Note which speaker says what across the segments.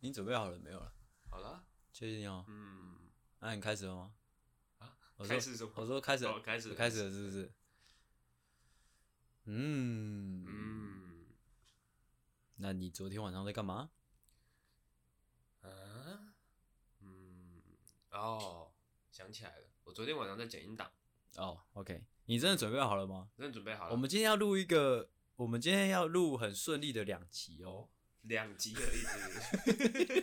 Speaker 1: 你准备好了没有了？
Speaker 2: 好了，
Speaker 1: 确定哦。
Speaker 2: 嗯，
Speaker 1: 那、你开始了吗？
Speaker 2: 啊，
Speaker 1: 我说
Speaker 2: 开始什么？
Speaker 1: 我说开始了，
Speaker 2: 哦开始了
Speaker 1: 开始了，是不是？嗯，
Speaker 2: 嗯
Speaker 1: 那你昨天晚上在干嘛？
Speaker 2: 啊，嗯，哦，想起来了，我昨天晚上在剪音档，
Speaker 1: 哦，OK，你真的准备好了吗？
Speaker 2: 真的准备好了。
Speaker 1: 我们今天要录一个，我们今天要录很顺利的两集哦。
Speaker 2: 两集而已是 不是，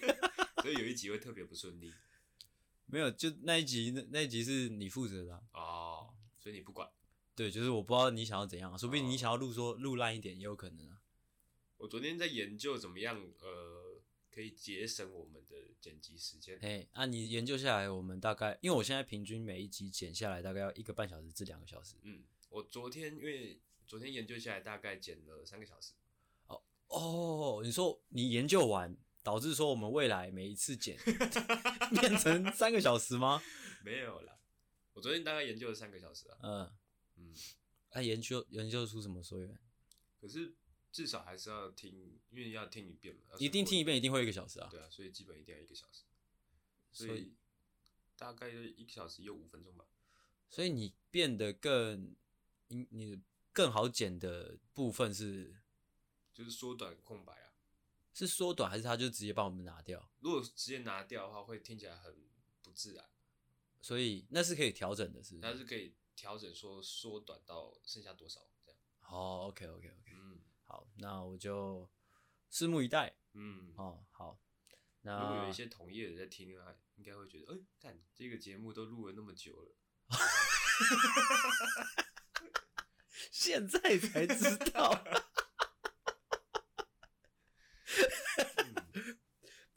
Speaker 2: 所以有一集会特别不顺利
Speaker 1: 没有，就那一集，那那一集是你负责的啊、
Speaker 2: 哦，所以你不管。
Speaker 1: 对，就是我不知道你想要怎样啊，说不定
Speaker 2: 哦
Speaker 1: 你想要录说录烂一点也有可能啊。
Speaker 2: 我昨天在研究怎么样，呃，可以节省我们的剪辑时间。
Speaker 1: 嘿，那、你研究下来，我们大概，因为我现在平均每一集剪下来大概要一个半小时至两个小时。
Speaker 2: 嗯，我昨天因为昨天研究下来大概剪了三个小时，
Speaker 1: 哦，你说你研究完，导致说我们未来每一次剪 变成三个小时吗？
Speaker 2: 没有啦。我昨天大概研究了三个小时啊，
Speaker 1: 嗯
Speaker 2: 嗯，
Speaker 1: 那、研究研究出什么所以然？
Speaker 2: 可是至少还是要听，因为要听一遍嘛，要
Speaker 1: 一定听一遍，一定会一个小时啊。
Speaker 2: 对啊，所以基本一定要一个小时，
Speaker 1: 所
Speaker 2: 所
Speaker 1: 以
Speaker 2: 以大概就一个小时又五分钟吧。
Speaker 1: 所以你变得更，你你更好剪的部分是
Speaker 2: 就是缩短空白啊。
Speaker 1: 是缩短，还是他就直接帮我们拿掉？
Speaker 2: 如果直接拿掉的话，会听起来很不自然。
Speaker 1: 所以那是可以调整的，是不
Speaker 2: 它
Speaker 1: 是？
Speaker 2: 是可以调整说缩短到剩下多少这样。
Speaker 1: 好、o k OK OK，
Speaker 2: 嗯
Speaker 1: 哦好，那我就拭目以待
Speaker 2: 嗯，
Speaker 1: 哦。好，
Speaker 2: 如果
Speaker 1: 那
Speaker 2: 有一些同业的在听啊，应该会觉得，哎、看这个节目都录了那么久了，
Speaker 1: 现在才知道，
Speaker 2: 嗯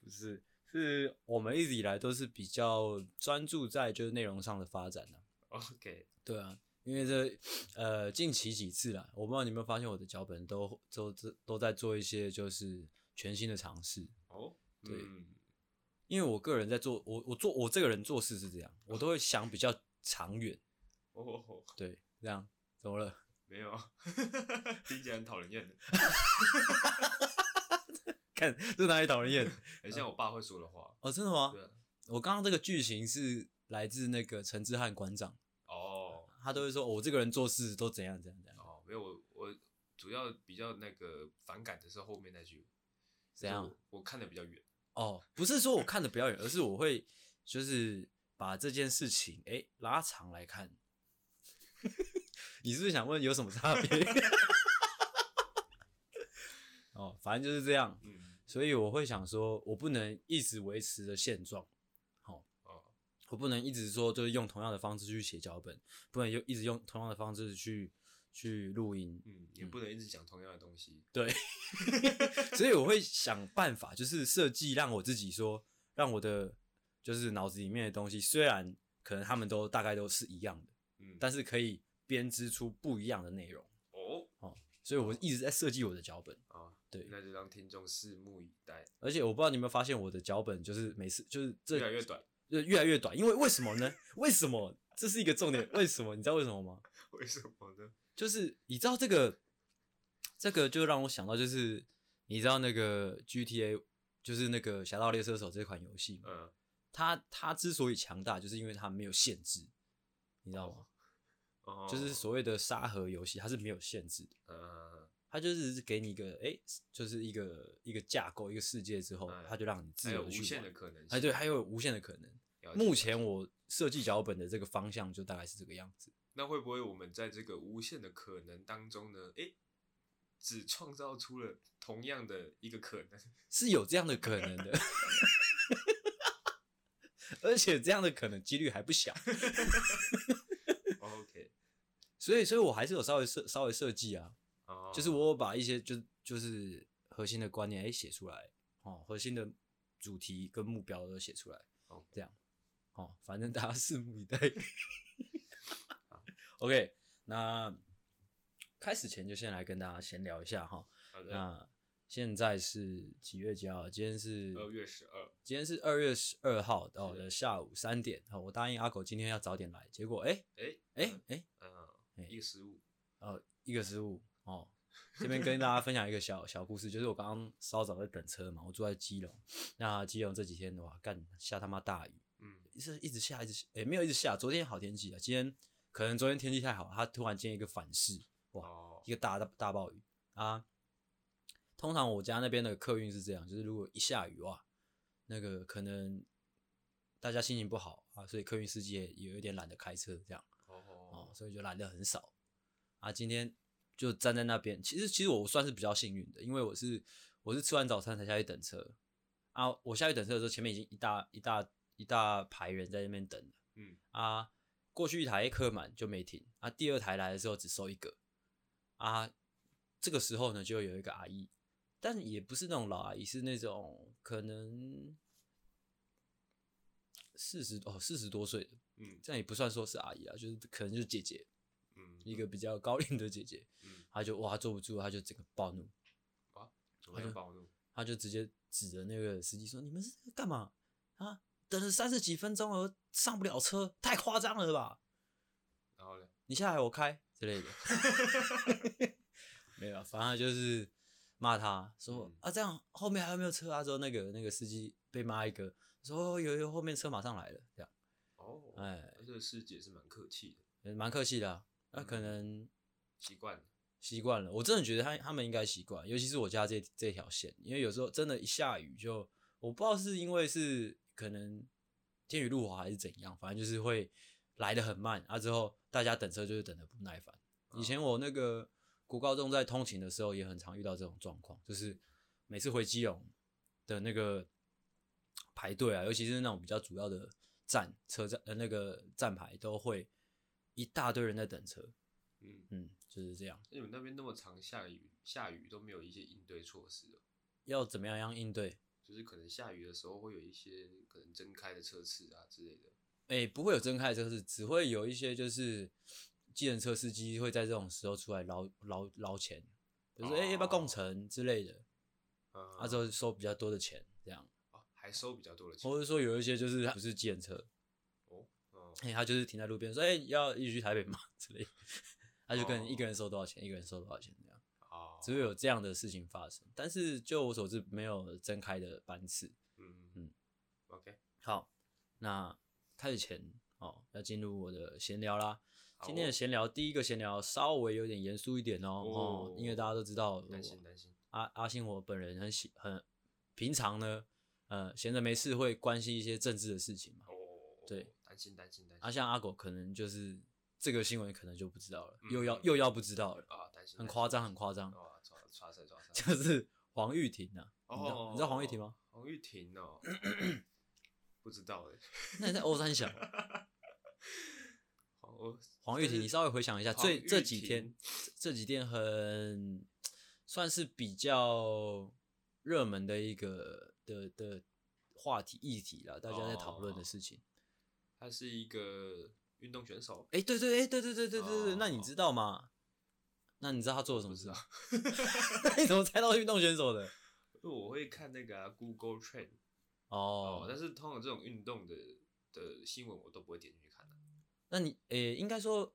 Speaker 1: 不是，是我们一直以来都是比较专注在就是内容上的发展的、
Speaker 2: OK，
Speaker 1: 对啊，因为这呃近期几次啦，我不知道你有没有发现我的脚本都都都都在做一些就是全新的尝试。
Speaker 2: 哦，
Speaker 1: 对
Speaker 2: 嗯
Speaker 1: 因为我个人在做，我我做我这个人做事是这样，我都会想比较长远，
Speaker 2: 哦，
Speaker 1: 对，这样怎么了？
Speaker 2: 没有，啊 听起来很讨人厌的，
Speaker 1: 看这哪里讨人厌？
Speaker 2: 很哎像我爸会说的话。
Speaker 1: 哦，真的吗？
Speaker 2: 对啊，
Speaker 1: 我刚刚这个剧情是来自那个陈志汉馆长，
Speaker 2: 哦
Speaker 1: 他都会说、哦我这个人做事都怎样怎样怎样
Speaker 2: 哦，没有，我我主要比较那个反感的是后面那句，
Speaker 1: 怎样
Speaker 2: 就是我？我看的比较远。
Speaker 1: 哦，不是说我看的表演，而是我会就是把这件事情诶、拉长来看。 你是不是想问有什么差别？ 哦，反正就是这样，
Speaker 2: 嗯，
Speaker 1: 所以我会想说，我不能一直维持着现状，
Speaker 2: 哦，
Speaker 1: 我不能一直说就是用同样的方式去写脚本，不能用一直用同样的方式去去录音，
Speaker 2: 嗯，也不能一直讲同样的东西。
Speaker 1: 对，所以我会想办法，就是设计让我自己说，让我的就是脑子里面的东西，虽然可能他们都大概都是一样的，
Speaker 2: 嗯，
Speaker 1: 但是可以编织出不一样的内容
Speaker 2: 哦
Speaker 1: 哦。所以我一直在设计我的脚本，
Speaker 2: 啊，
Speaker 1: 对
Speaker 2: 那就让听众拭目以待，
Speaker 1: 而且我不知道你有没有发现，我的脚本就是每次就是这
Speaker 2: 越来越短。
Speaker 1: 就是越来越短，因为为什么呢？为什么这是一个重点？为什么你知道为什么吗？
Speaker 2: 为什么呢？
Speaker 1: 就是你知道这个，这个就让我想到，就是你知道那个 GTA，就是那个《侠盗猎车手》这款游戏嘛，
Speaker 2: 嗯，
Speaker 1: 它它之所以强大，就是因为它没有限制，你知道吗？
Speaker 2: 哦，
Speaker 1: 就是所谓的沙盒游戏，它是没有限制的，
Speaker 2: 嗯，
Speaker 1: 它就是给你一个诶，就是一个一个架构，一个世界之后
Speaker 2: 哎，
Speaker 1: 它就让你自
Speaker 2: 还有
Speaker 1: 由
Speaker 2: 无
Speaker 1: 地去
Speaker 2: 限
Speaker 1: 玩
Speaker 2: 的可能性。
Speaker 1: 哎，对，还有无限的可能。
Speaker 2: 了解
Speaker 1: 目前我设计脚本的这个方向就大概是这个样子。
Speaker 2: 那会不会我们在这个无限的可能当中呢？诶、只创造出了同样的一个可能，
Speaker 1: 是有这样的可能的， 而且这样的可能几率还不小，
Speaker 2: 哦 OK，
Speaker 1: 所以，所以我还是有稍微设稍微设计啊，
Speaker 2: 哦，
Speaker 1: 就是我有把一些就就是核心的观念哎写出来哦，核心的主题跟目标都写出来
Speaker 2: OK
Speaker 1: 这样哦，反正大家拭目以 待。OK，那开始前就先来跟大家闲聊一下哈，
Speaker 2: 好的，
Speaker 1: 那现在是几月几号？今天是
Speaker 2: 二月十二，
Speaker 1: 今天是二月十二号的哦
Speaker 2: 是
Speaker 1: 的下午三点，好，我答应阿狗今天要早点来，结果哎
Speaker 2: 诶、
Speaker 1: 哎哎
Speaker 2: 嗯，
Speaker 1: 哎
Speaker 2: 一个失误，
Speaker 1: 呃哦一个失误哦，这边跟大家分享一个小小故事，就是我刚刚稍早在等车嘛，我住在基隆，那基隆这几天哇，干下他妈大雨，
Speaker 2: 嗯，
Speaker 1: 是一直下，一直下，也、没有一直下。昨天好天气啊，今天可能昨天天气太好，它突然间一个反噬，哇
Speaker 2: 哦，
Speaker 1: 一个大大大暴雨啊！通常我家那边的客运是这样，就是如果一下雨哇，那个可能大家心情不好啊，所以客运司机也也有一点懒得开车这样哦
Speaker 2: 哦，，
Speaker 1: 所以就来的很少啊。今天就站在那边，其实其实我算是比较幸运的，因为我是我是吃完早餐才下去等车啊。我下去等车的时候，前面已经一大一大一大排人在那边等了
Speaker 2: 嗯，
Speaker 1: 啊。过去一台客满就没停啊，第二台来的时候只收一个啊。这个时候呢，就有一个阿姨，但也不是那种老阿姨，是那种可能四十哦四十多岁的，
Speaker 2: 嗯
Speaker 1: 这样也不算说是阿姨啊，就是可能就是姐姐，
Speaker 2: 嗯，
Speaker 1: 一个比较高龄的姐姐，
Speaker 2: 嗯，
Speaker 1: 她就哇她坐不住，她就整个暴怒，
Speaker 2: 怎么样暴怒？
Speaker 1: 她就直接指着那个司机说：“你们是在干嘛啊？等了三十几分钟了，上不了车，太夸张了吧？
Speaker 2: 然后呢？
Speaker 1: 你下来我开之类的。” 没有啊，反正就是骂她说
Speaker 2: 嗯
Speaker 1: 啊，这样后面还有没有车啊？之后那个那个司机被骂一个，说哦有有后面车马上来了，这样，
Speaker 2: 哦，
Speaker 1: 哎，
Speaker 2: 这个师姐是蛮客气的，
Speaker 1: 呃蛮客气的、啊。那、可
Speaker 2: 嗯
Speaker 1: 能
Speaker 2: 习惯了。
Speaker 1: 习惯了，我真的觉得他他们应该习惯，尤其是我家这这条线，因为有时候真的一下雨就，我不知道是因为是可能天雨路滑还是怎样，反正就是会来的很慢啊，之后大家等车就是等的不耐烦。以前我那个国高中在通勤的时候也很常遇到这种状况，就是每次回基隆的那个排队啊，尤其是那种比较主要的站车站呃那个站牌都会一大堆人在等车，
Speaker 2: 嗯，
Speaker 1: 嗯，就是这样。
Speaker 2: 那你们那边那么常下雨，下雨都没有一些应对措施哦，
Speaker 1: 要怎么样样应对？
Speaker 2: 就是可能下雨的时候会有一些可能睁开的车次啊之类的。
Speaker 1: 哎、不会有睁开的车是只会有一些就是，计程车司机会在这种时候出来捞捞捞钱，比如说哎、诶要不要共
Speaker 2: 哦
Speaker 1: 乘之类的，
Speaker 2: 嗯
Speaker 1: 啊之后收比较多的钱这样，
Speaker 2: 哦还收比较多的钱
Speaker 1: 或者说有一些就是不是计程车，
Speaker 2: 哦，哦
Speaker 1: 哎、他就是停在路边说哎、诶要一起去台北吗 之类的，他就跟一个人收多少钱，一个人收多少钱这样，
Speaker 2: 哦，
Speaker 1: 只会有这样的事情发生，但是就我所知没有睁开的班次。
Speaker 2: 嗯
Speaker 1: 嗯
Speaker 2: 嗯，OK，
Speaker 1: 好，那开始前哦，要进入我的闲聊啦。
Speaker 2: 好
Speaker 1: 今天的
Speaker 2: 哦
Speaker 1: 闲聊，第一个闲聊稍微有点严肃一点哦，哦
Speaker 2: 哦，
Speaker 1: 因为大家都知道我
Speaker 2: 担心担心，
Speaker 1: 阿阿信我本人很喜很平常呢，呃，闲着没事会关心一些政治的事情嘛。
Speaker 2: 哦，
Speaker 1: 对，
Speaker 2: 担心担心担
Speaker 1: 啊，
Speaker 2: 心
Speaker 1: 像阿狗可能就是这个新闻可能就不知道了，又
Speaker 2: 嗯
Speaker 1: 要
Speaker 2: 嗯
Speaker 1: 又要不知道了，
Speaker 2: 啊，担心
Speaker 1: 很
Speaker 2: 担
Speaker 1: 夸
Speaker 2: 心
Speaker 1: 张
Speaker 2: 担
Speaker 1: 很
Speaker 2: 心
Speaker 1: 夸张
Speaker 2: 哇，抓抓塞抓 塞，
Speaker 1: 就是黄玉婷啊，你知道
Speaker 2: 哦，
Speaker 1: 你知道黄玉婷吗？？
Speaker 2: 黄玉婷哦，不知道哎，
Speaker 1: 那你在欧三小
Speaker 2: 黄我
Speaker 1: 黄玉
Speaker 2: 但
Speaker 1: 婷，
Speaker 2: 是
Speaker 1: 你稍微回想一下，
Speaker 2: 黄
Speaker 1: 最
Speaker 2: 玉
Speaker 1: 这几天
Speaker 2: 婷
Speaker 1: 这几天很算是比较热门的一个的的话题议题了，大家在讨
Speaker 2: 哦
Speaker 1: 论的事情。
Speaker 2: 她是一个运动选手，
Speaker 1: 哎、对对，哎，对对对对对对，那你
Speaker 2: 哦
Speaker 1: 知道吗？那你知道他做了什么
Speaker 2: 不知
Speaker 1: 事
Speaker 2: 道
Speaker 1: 吗？ 你怎么猜到运动选手的？
Speaker 2: 因为我会看那个啊 Google Trend 哦，
Speaker 1: 哦
Speaker 2: 但，是通常这种运动的的新闻我都不会点进去看的。
Speaker 1: 那你诶、应该说，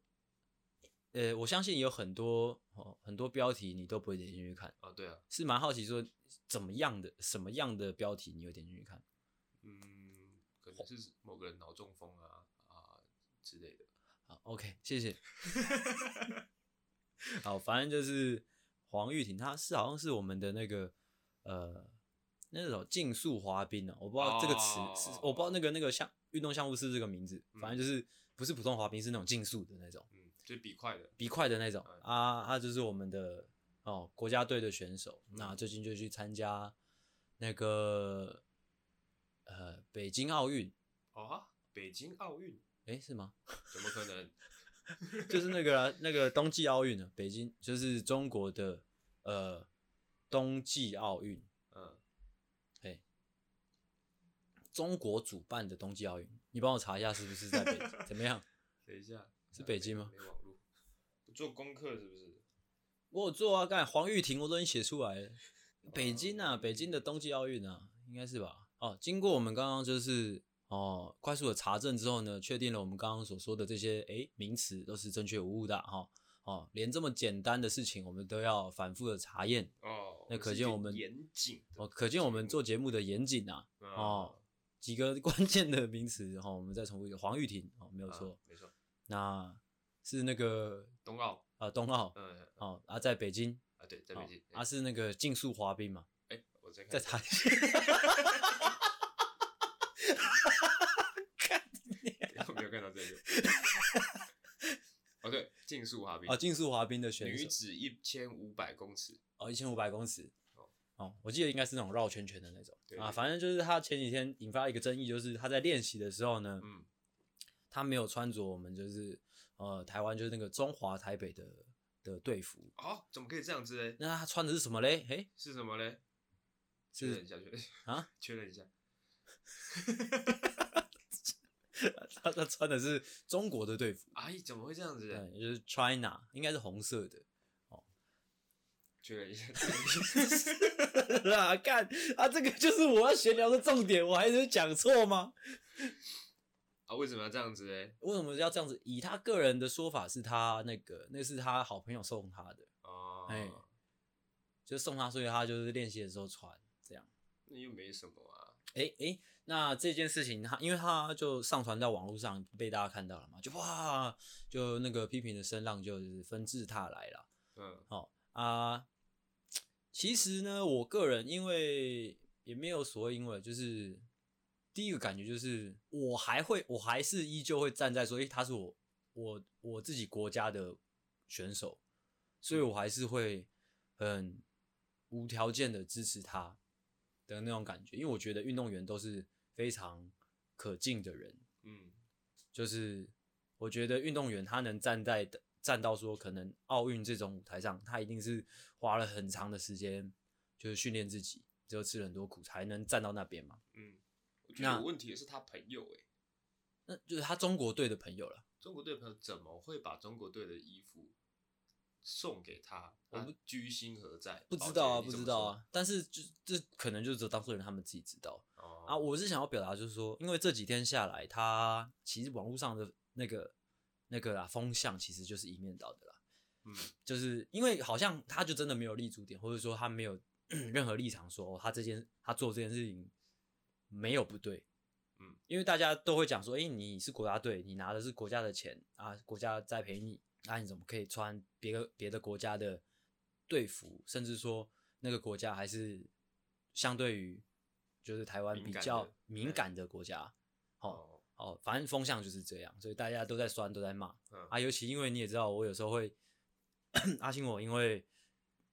Speaker 1: 呃，我相信有很多哦很多标题你都不会点进去看，
Speaker 2: 哦，对啊，
Speaker 1: 是蛮好奇说怎么样的什么样的标题你有点进去看。
Speaker 2: 嗯，可能是某个人脑中风啊啊之类的。
Speaker 1: 好，OK，谢谢。 好，反正就是黄玉婷，她是好像是我们的那个呃那种竞速滑冰哦，我不知道这个词是，
Speaker 2: 哦
Speaker 1: 我不知道那个那个项运动项目是不是这个名字，
Speaker 2: 嗯
Speaker 1: 反正就是不是普通滑冰，是那种竞速的那种，
Speaker 2: 嗯，就比快的。
Speaker 1: 比快的那种
Speaker 2: 嗯
Speaker 1: 啊，她就是我们的哦国家队的选手，那最近就去参加那个呃北京奥运，
Speaker 2: 哦啊，北京奥运
Speaker 1: 诶，是吗？
Speaker 2: 怎么可能？
Speaker 1: 就是那个啊那个冬季奥运啊，北京就是中国的呃冬季奥运，
Speaker 2: 嗯，
Speaker 1: 中国主办的冬季奥运，你帮我查一下是不是在北京？怎么样？
Speaker 2: 等一下，
Speaker 1: 是
Speaker 2: 啊
Speaker 1: 北
Speaker 2: 没
Speaker 1: 京吗
Speaker 2: 没网络，不做功课是不是？
Speaker 1: 我有做啊，干黄玉婷我都已经写出来了。北京啊，北京的冬季奥运啊，应该是吧？哦，经过我们刚刚就是哦快速的查证之后呢，确定了我们刚刚所说的这些诶名词都是正确无误的啊哈、哦，连这么简单的事情我们都要反复的查验
Speaker 2: 哦，
Speaker 1: 那
Speaker 2: 我
Speaker 1: 可
Speaker 2: 是一
Speaker 1: 见
Speaker 2: 个
Speaker 1: 我们
Speaker 2: 严谨的嗯
Speaker 1: 哦，可见我们
Speaker 2: 节目
Speaker 1: 做节目的严谨啊。哦，几个 关键的名词哈、哦，我们再重复一个黄玉婷哦，没有
Speaker 2: 啊
Speaker 1: 错，
Speaker 2: 没错，
Speaker 1: 那是那个
Speaker 2: 冬奥，
Speaker 1: 呃冬奥
Speaker 2: 嗯
Speaker 1: 哦啊，在北京，
Speaker 2: 啊对，在
Speaker 1: 哦
Speaker 2: 北京，
Speaker 1: 啊是那个竞速滑冰嘛，
Speaker 2: 哎，我在看
Speaker 1: 在
Speaker 2: 一下
Speaker 1: 台
Speaker 2: 我没有看到这个。 哦，对，竞速滑冰
Speaker 1: 啊竞速滑冰的选
Speaker 2: 女
Speaker 1: 手
Speaker 2: 子一千五百公尺，
Speaker 1: 哦一千五百公尺
Speaker 2: 哦
Speaker 1: 哦，我记得应该是那种绕圈圈的那种
Speaker 2: 对
Speaker 1: 啊，
Speaker 2: 对
Speaker 1: 反正就是他前几天引发一个争议，就是他在练习的时候呢，
Speaker 2: 嗯，
Speaker 1: 他没有穿着我们就是呃台湾就是那个中华台北的的队服，
Speaker 2: 哦，怎么可以这样子嘞？
Speaker 1: 那他穿的是什么嘞？诶、
Speaker 2: 是什么嘞？确认一
Speaker 1: 是
Speaker 2: 下，确认
Speaker 1: 啊，
Speaker 2: 确认一下，
Speaker 1: 他他穿的是中国的队服。哎
Speaker 2: 阿姨哎怎么会这样子嘞？
Speaker 1: 对，就是 China，应该是红色的。
Speaker 2: 确认一下， 确认一下
Speaker 1: 啊，看啊，这个就是我要闲聊的重点，我还能讲错吗？
Speaker 2: 啊，为什么要这样子嘞？
Speaker 1: 为什么要这样子？以他个人的说法，是他那个那是他好朋友送他的，
Speaker 2: 哦，
Speaker 1: 哎就送他，所以他就是练习的时候穿这样。
Speaker 2: 那又没什么啊，
Speaker 1: 诶诶，那这件事情他因为他就上传到网络上被大家看到了嘛，就哇，就那个批评的声浪就是纷至沓来了。
Speaker 2: 嗯
Speaker 1: 啊，其实呢，我个人因为也没有所谓，因为就是第一个感觉就是，我还会，我还是依旧会站在说，诶、他是我我我自己国家的选手，所以我还是会很无条件的支持他的那种感觉，因为我觉得运动员都是非常可敬的人，
Speaker 2: 嗯
Speaker 1: 就是我觉得运动员他能站在的站到说可能奥运这种舞台上，他一定是花了很长的时间，就是训练自己，只有吃了很多苦才能站到那边嘛。
Speaker 2: 嗯，我觉得
Speaker 1: 那
Speaker 2: 有问题的是他朋友哎、
Speaker 1: 那就是他中国队的朋友了，
Speaker 2: 中国队的朋友怎么会把中国队的衣服送给他？
Speaker 1: 我
Speaker 2: 他
Speaker 1: 不
Speaker 2: 居心何在？
Speaker 1: 不知道啊，
Speaker 2: 宝
Speaker 1: 不
Speaker 2: 杰你怎
Speaker 1: 知
Speaker 2: 么
Speaker 1: 道啊。但是就这可能就只有当事人他们自己知道
Speaker 2: 说。哦
Speaker 1: 啊。我是想要表达就是说，因为这几天下来，他其实网络上的那个那个啦风向其实就是一面倒的啦。
Speaker 2: 嗯
Speaker 1: 就是因为好像他就真的没有立足点，或者说他没有 任何立场说、哦他这件他做这件事情没有不对，
Speaker 2: 嗯，
Speaker 1: 因为大家都会讲说，诶，你是国家队，你拿的是国家的钱啊，国家栽培你，那、你怎么可以穿别个别的国家的队服，甚至说那个国家还是相对于就是台湾比
Speaker 2: 敏感的
Speaker 1: 较敏感的国家，哦
Speaker 2: 哦
Speaker 1: 哦，反正风向就是这样，所以大家都在酸，都在骂，
Speaker 2: 嗯
Speaker 1: 啊，尤其因为你也知道，我有时候会阿星，我因为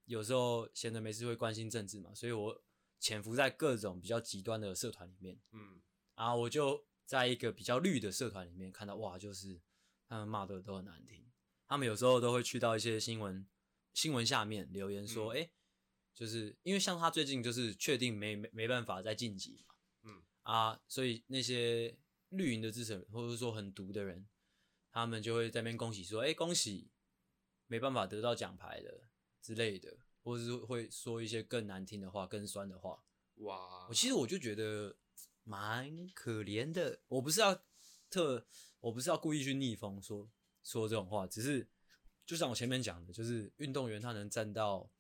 Speaker 1: 有时候闲着没事会关心政治嘛，所以我潜伏在各种比较极端的社团里面
Speaker 2: 嗯
Speaker 1: 啊，我就在一个比较绿的社团里面看到，哇，就是他们骂的都很难听，他们有时候都会去到一些新闻新闻下面留言说，
Speaker 2: 嗯
Speaker 1: 哎、就是因为像他最近就是确定没没没办法再晋级嘛，
Speaker 2: 嗯
Speaker 1: 啊，所以那些绿营的支持人，或者说很毒的人，他们就会在那边恭喜说：“哎、恭喜，没办法得到奖牌了之类的，或者是会说一些更难听的话、更酸的话。
Speaker 2: 哇，
Speaker 1: 我其实我就觉得蛮可怜的。我不是要特，我不是要故意去逆风说说这种话，只是就像我前面讲的，就是运动员他能站到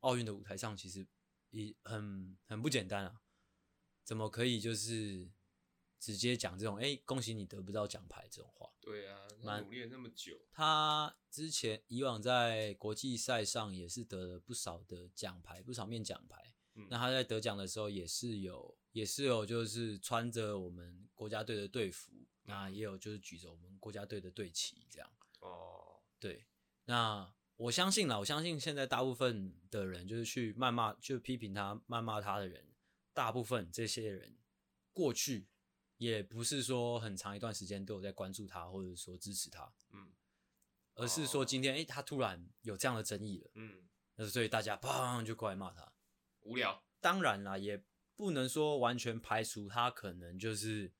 Speaker 1: 奥运的舞台上，其实也很很不简单啊。怎么可以就是直接讲这种“哎、恭喜你得不到奖牌”这种话？
Speaker 2: 对啊，他
Speaker 1: 蛮
Speaker 2: 努力了那么久，
Speaker 1: 他之前以往在国际赛上也是得了不少的奖牌，不少面奖牌。
Speaker 2: 嗯
Speaker 1: 那他在得奖的时候也是有，也是有，就是穿着我们国家队的队服，那也有就是举着我们国家队的队旗这样。
Speaker 2: 哦，
Speaker 1: 对，那我相信啦，我相信现在大部分的人就是去谩骂、就批评他、谩骂他的人，大部分这些人过去也不是说很长一段时间都有在关注他，或者说支持他，
Speaker 2: 嗯
Speaker 1: 而是说
Speaker 2: 哦
Speaker 1: 今天诶、他突然有这样的争议了，
Speaker 2: 嗯，
Speaker 1: 那所以大家砰就过来骂他。
Speaker 2: 无聊，
Speaker 1: 当然啦，也不能说完全排除他可能就是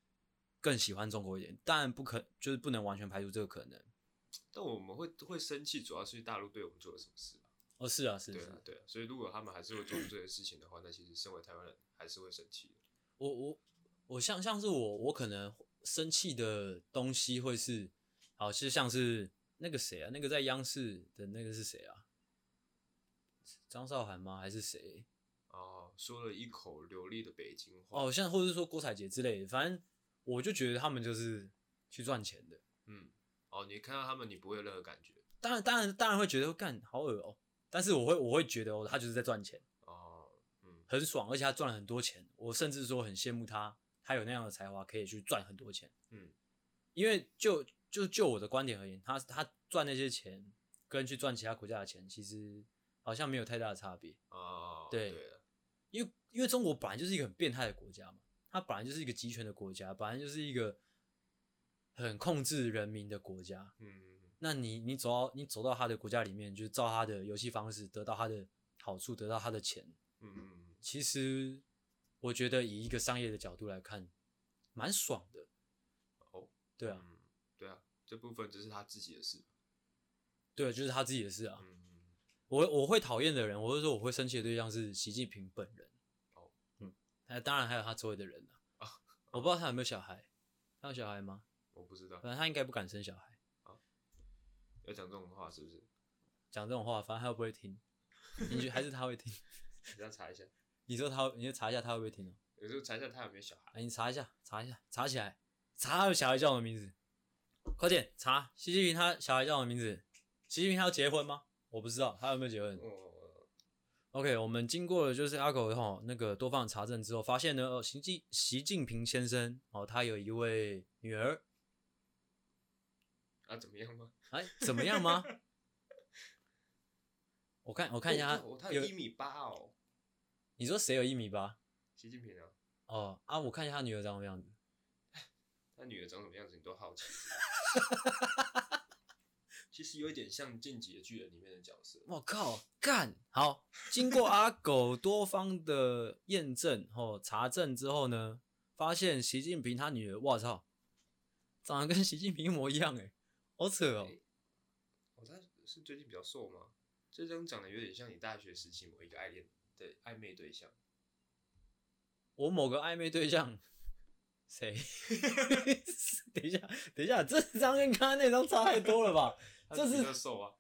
Speaker 1: 更喜欢中国一点，但不可就是不能完全排除这个可能。
Speaker 2: 但我们会会生气，主要是大陆对我们做了什么事吧？
Speaker 1: 哦，是啊，是
Speaker 2: 对
Speaker 1: 是
Speaker 2: 啊，对啊，所以如果他们还是会做出这些事情的话，那其实身为台湾人还是会生气的。
Speaker 1: 我我我像像是我我可能生气的东西会是，好是像是那个谁啊，那个在央视的那个是谁啊？张韶涵吗？还是谁？
Speaker 2: 哦，说了一口流利的北京话。
Speaker 1: 哦，，像或者是说郭采洁之类的，反正我就觉得他们就是去赚钱的。
Speaker 2: 嗯，哦，你看到他们，你不会有任何感觉。
Speaker 1: 当然，当然，当然会觉得干好恶哦、但是我会我会觉得哦，他就是在赚钱，
Speaker 2: 哦，嗯，
Speaker 1: 很爽，而且他赚了很多钱。我甚至说很羡慕他，他有那样的才华可以去赚很多钱。
Speaker 2: 嗯，
Speaker 1: 因为就就就我的观点而言，他他赚那些钱跟去赚其他国家的钱，其实好像没有太大的差别。
Speaker 2: 哦，
Speaker 1: 对
Speaker 2: 对了，
Speaker 1: 因为因为中国本来就是一个很变态的国家嘛，它本来就是一个集权的国家，本来就是一个很控制人民的国家。
Speaker 2: 嗯，
Speaker 1: 那你你走到你走到他的国家里面，就是照他的游戏方式得到他的好处，得到他的钱，
Speaker 2: 嗯嗯，
Speaker 1: 其实我觉得以一个商业的角度来看，蛮爽的。
Speaker 2: 哦，
Speaker 1: 对啊，
Speaker 2: 嗯，对啊，这部分就是他自己的事。
Speaker 1: 对，就是他自己的事啊。
Speaker 2: 嗯，
Speaker 1: 我我会讨厌的人，我会说我会生气的对象是习近平本人。
Speaker 2: 哦，
Speaker 1: 嗯，那当然还有他周围的人啊
Speaker 2: 啊。
Speaker 1: 我不知道他有没有小孩，他有小孩吗？
Speaker 2: 我不知道
Speaker 1: 反正他应该不敢生小孩。
Speaker 2: 要讲这种话是不是？
Speaker 1: 讲这种话，反正他又不会听。你觉得还是他会听？
Speaker 2: 你要查一下，
Speaker 1: 你说他，你就查一下他会不会听哦、
Speaker 2: 有时候查一下他有没有小孩。
Speaker 1: 哎，你查一下，查一下，查起来，查他的小孩叫什么名字？快点查，习近平他小孩叫什么名字？习近平他要结婚吗？我不知道他有没有结婚。
Speaker 2: 哦，
Speaker 1: OK，我们经过了就是阿狗哈那个多方查证之后，发现呢，呃习近习近平先生哦，他有一位女儿，
Speaker 2: 啊，怎么样吗？
Speaker 1: 哎，怎么样吗？ 我看我看一下
Speaker 2: 哦他
Speaker 1: 他
Speaker 2: 有一米八哦，
Speaker 1: 你说谁有一米八？
Speaker 2: 习近平啊，
Speaker 1: 哦啊，我看一下他女儿长什么样子。
Speaker 2: 他女儿长什么样子你 都好奇。其实有一点像《进击的巨人》里面的角色。
Speaker 1: 我靠，干好！经过阿狗多方的验证哦查证之后呢，发现习近平他女儿，我操，长得跟习近平一模一样哎，好扯哦！
Speaker 2: 哦，他是最近比较瘦吗？这张长得有点像你大学时期某一个爱恋的暧昧对象。
Speaker 1: 我某个暧昧对象，谁？ 等一下，等一下，这张跟刚刚那张差太多了吧？
Speaker 2: 他
Speaker 1: 这是
Speaker 2: 比较瘦啊？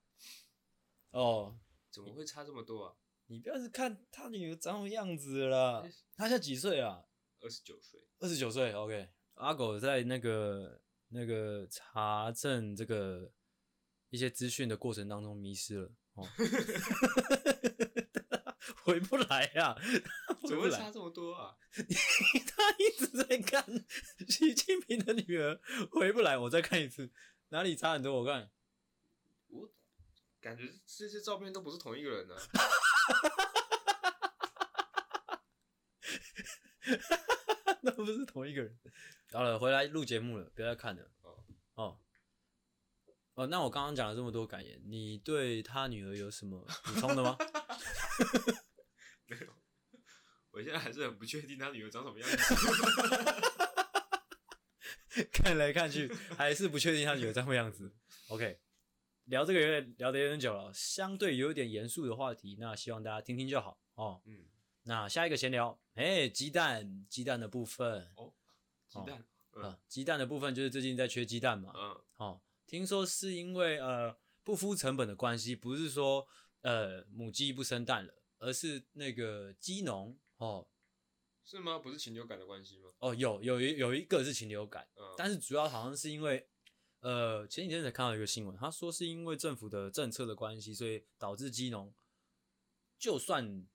Speaker 1: 哦，
Speaker 2: 怎么会差这么多啊？
Speaker 1: 你不要是看他女儿长什么样子了啦，他现在几岁啊？
Speaker 2: 二十九岁，
Speaker 1: 二十九岁，OK。阿狗在那个那个查证这个一些资讯的过程当中迷失了，哦， 回不来啊，
Speaker 2: 怎
Speaker 1: 回不
Speaker 2: 么会
Speaker 1: 来
Speaker 2: 差。这么多啊？
Speaker 1: 他一直在看习近平的女儿回不来，我再看一次，哪里差很多？我看
Speaker 2: 我感觉这些照片都不是同一个人啊呢、
Speaker 1: 那不是同一个人。好了，回来录节目了，不要再看了。
Speaker 2: 哦
Speaker 1: 哦哦，那我刚刚讲了这么多感言，你对他女儿有什么补充的吗？
Speaker 2: 没有，我现在还是很不确定他女儿长什么样子。
Speaker 1: 看来看去还是不确定他女儿长什么样子。OK，聊这个有点聊得有点久了，相对有点严肃的话题，那希望大家听听就好哦。
Speaker 2: 嗯，
Speaker 1: 那下一个闲聊，哎，鸡蛋，鸡蛋的部分，
Speaker 2: 鸡蛋，
Speaker 1: 啊，鸡蛋的部分就是最近在缺鸡蛋嘛，
Speaker 2: 嗯，
Speaker 1: 哦，听说是因为呃不敷成本的关系，不是说呃母鸡不生蛋了，而是那个鸡农哦
Speaker 2: 是吗？不是禽流感的关系吗？
Speaker 1: 哦有有一有一个是禽流感，
Speaker 2: 嗯，
Speaker 1: 但是主要好像是因为呃前几天才看到一个新闻，他说是因为政府的政策的关系，所以导致鸡农就算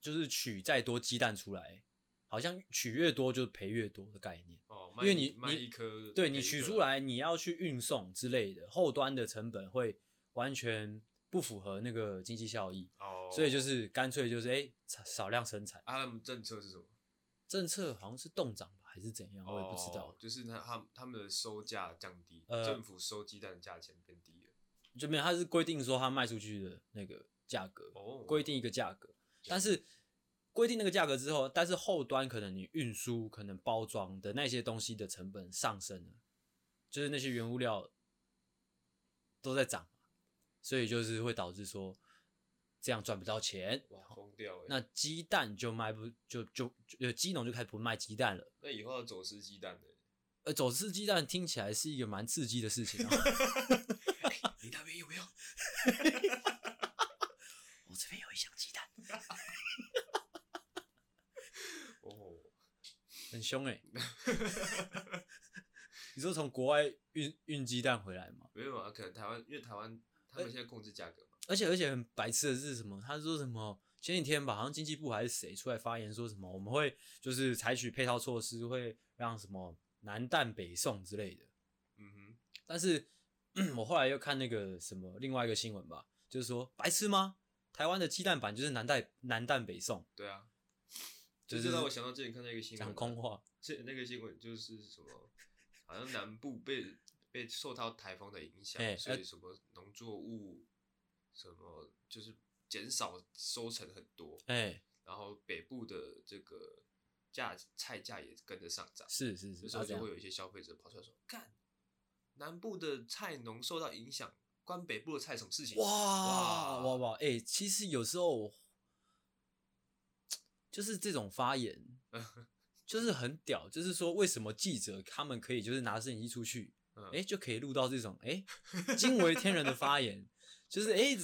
Speaker 1: 就是取再多鸡蛋出来，好像取越多就赔越多的概念。
Speaker 2: 哦，
Speaker 1: 因为
Speaker 2: 卖
Speaker 1: 你
Speaker 2: 一卖
Speaker 1: 你
Speaker 2: 一颗，
Speaker 1: 对你取出，来，你要去运送之类的，后端的成本会完全不符合那个经济效益，
Speaker 2: 哦，
Speaker 1: 所以就是干脆就是哎、少少量生产。
Speaker 2: 啊他们政策是什么？
Speaker 1: 政策好像是冻涨吧，还是怎样，我也不知道
Speaker 2: 哦，就是他他他们的收价降低，
Speaker 1: 呃
Speaker 2: 政府收鸡蛋的价钱变低了。
Speaker 1: 就没有它是规定说它卖出去的那个价格，
Speaker 2: 哦，
Speaker 1: 规定一个价格，但是规定那个价格之后，但是后端可能你运输、可能包装的那些东西的成本上升了，就是那些原物料都在涨，所以就是会导致说这样赚不到钱。
Speaker 2: 哇疯掉哎！
Speaker 1: 那鸡蛋就卖不就就就呃鸡农就开始不卖鸡蛋了，
Speaker 2: 那以后要走私鸡蛋的，
Speaker 1: 呃
Speaker 2: 欸
Speaker 1: 呃，走私鸡蛋听起来是一个蛮刺激的事情、啊。
Speaker 2: 你那边有没有？
Speaker 1: 我这边有一箱鸡蛋，
Speaker 2: 哦，
Speaker 1: 很凶哎、你说从国外运运鸡蛋回来吗？
Speaker 2: 没有啊，可能台湾，因为台湾他们现在控制价格嘛，
Speaker 1: 而且而且很白痴的是什么？他说什么？前几天吧，好像经济部还是谁出来发言说什么，我们会就是采取配套措施，会让什么南蛋北送之类的。
Speaker 2: 嗯哼，
Speaker 1: 但是 我后来又看那个什么另外一个新闻吧，就是说白痴吗？台湾的鸡蛋版就是南蛋南蛋北送，
Speaker 2: 对啊，
Speaker 1: 就
Speaker 2: 这
Speaker 1: 是
Speaker 2: 就让我想到之前看到一个新闻啊，
Speaker 1: 讲空话。
Speaker 2: 这那个新闻就是什么， 好像南部被被受到台风的影响，
Speaker 1: 哎
Speaker 2: 所
Speaker 1: 呃
Speaker 2: 以什么农作物什么就是减少收成很多，
Speaker 1: 哎、
Speaker 2: 然后北部的这个价菜价也跟着上涨，
Speaker 1: 是是是，
Speaker 2: 这时
Speaker 1: 要
Speaker 2: 候
Speaker 1: 这
Speaker 2: 就
Speaker 1: 样
Speaker 2: 会有一些消费者跑出来说，干，南部的菜农受到影响，关北部的菜什么事情？
Speaker 1: 哇
Speaker 2: 哇
Speaker 1: 哇哇！哎、其实有时候我就是这种发言，
Speaker 2: 嗯
Speaker 1: 就是很屌，就是说为什么记者他们可以就是拿摄影机出去，
Speaker 2: 嗯，
Speaker 1: 哎、就可以录到这种哎、惊为天人的发言，就是哎、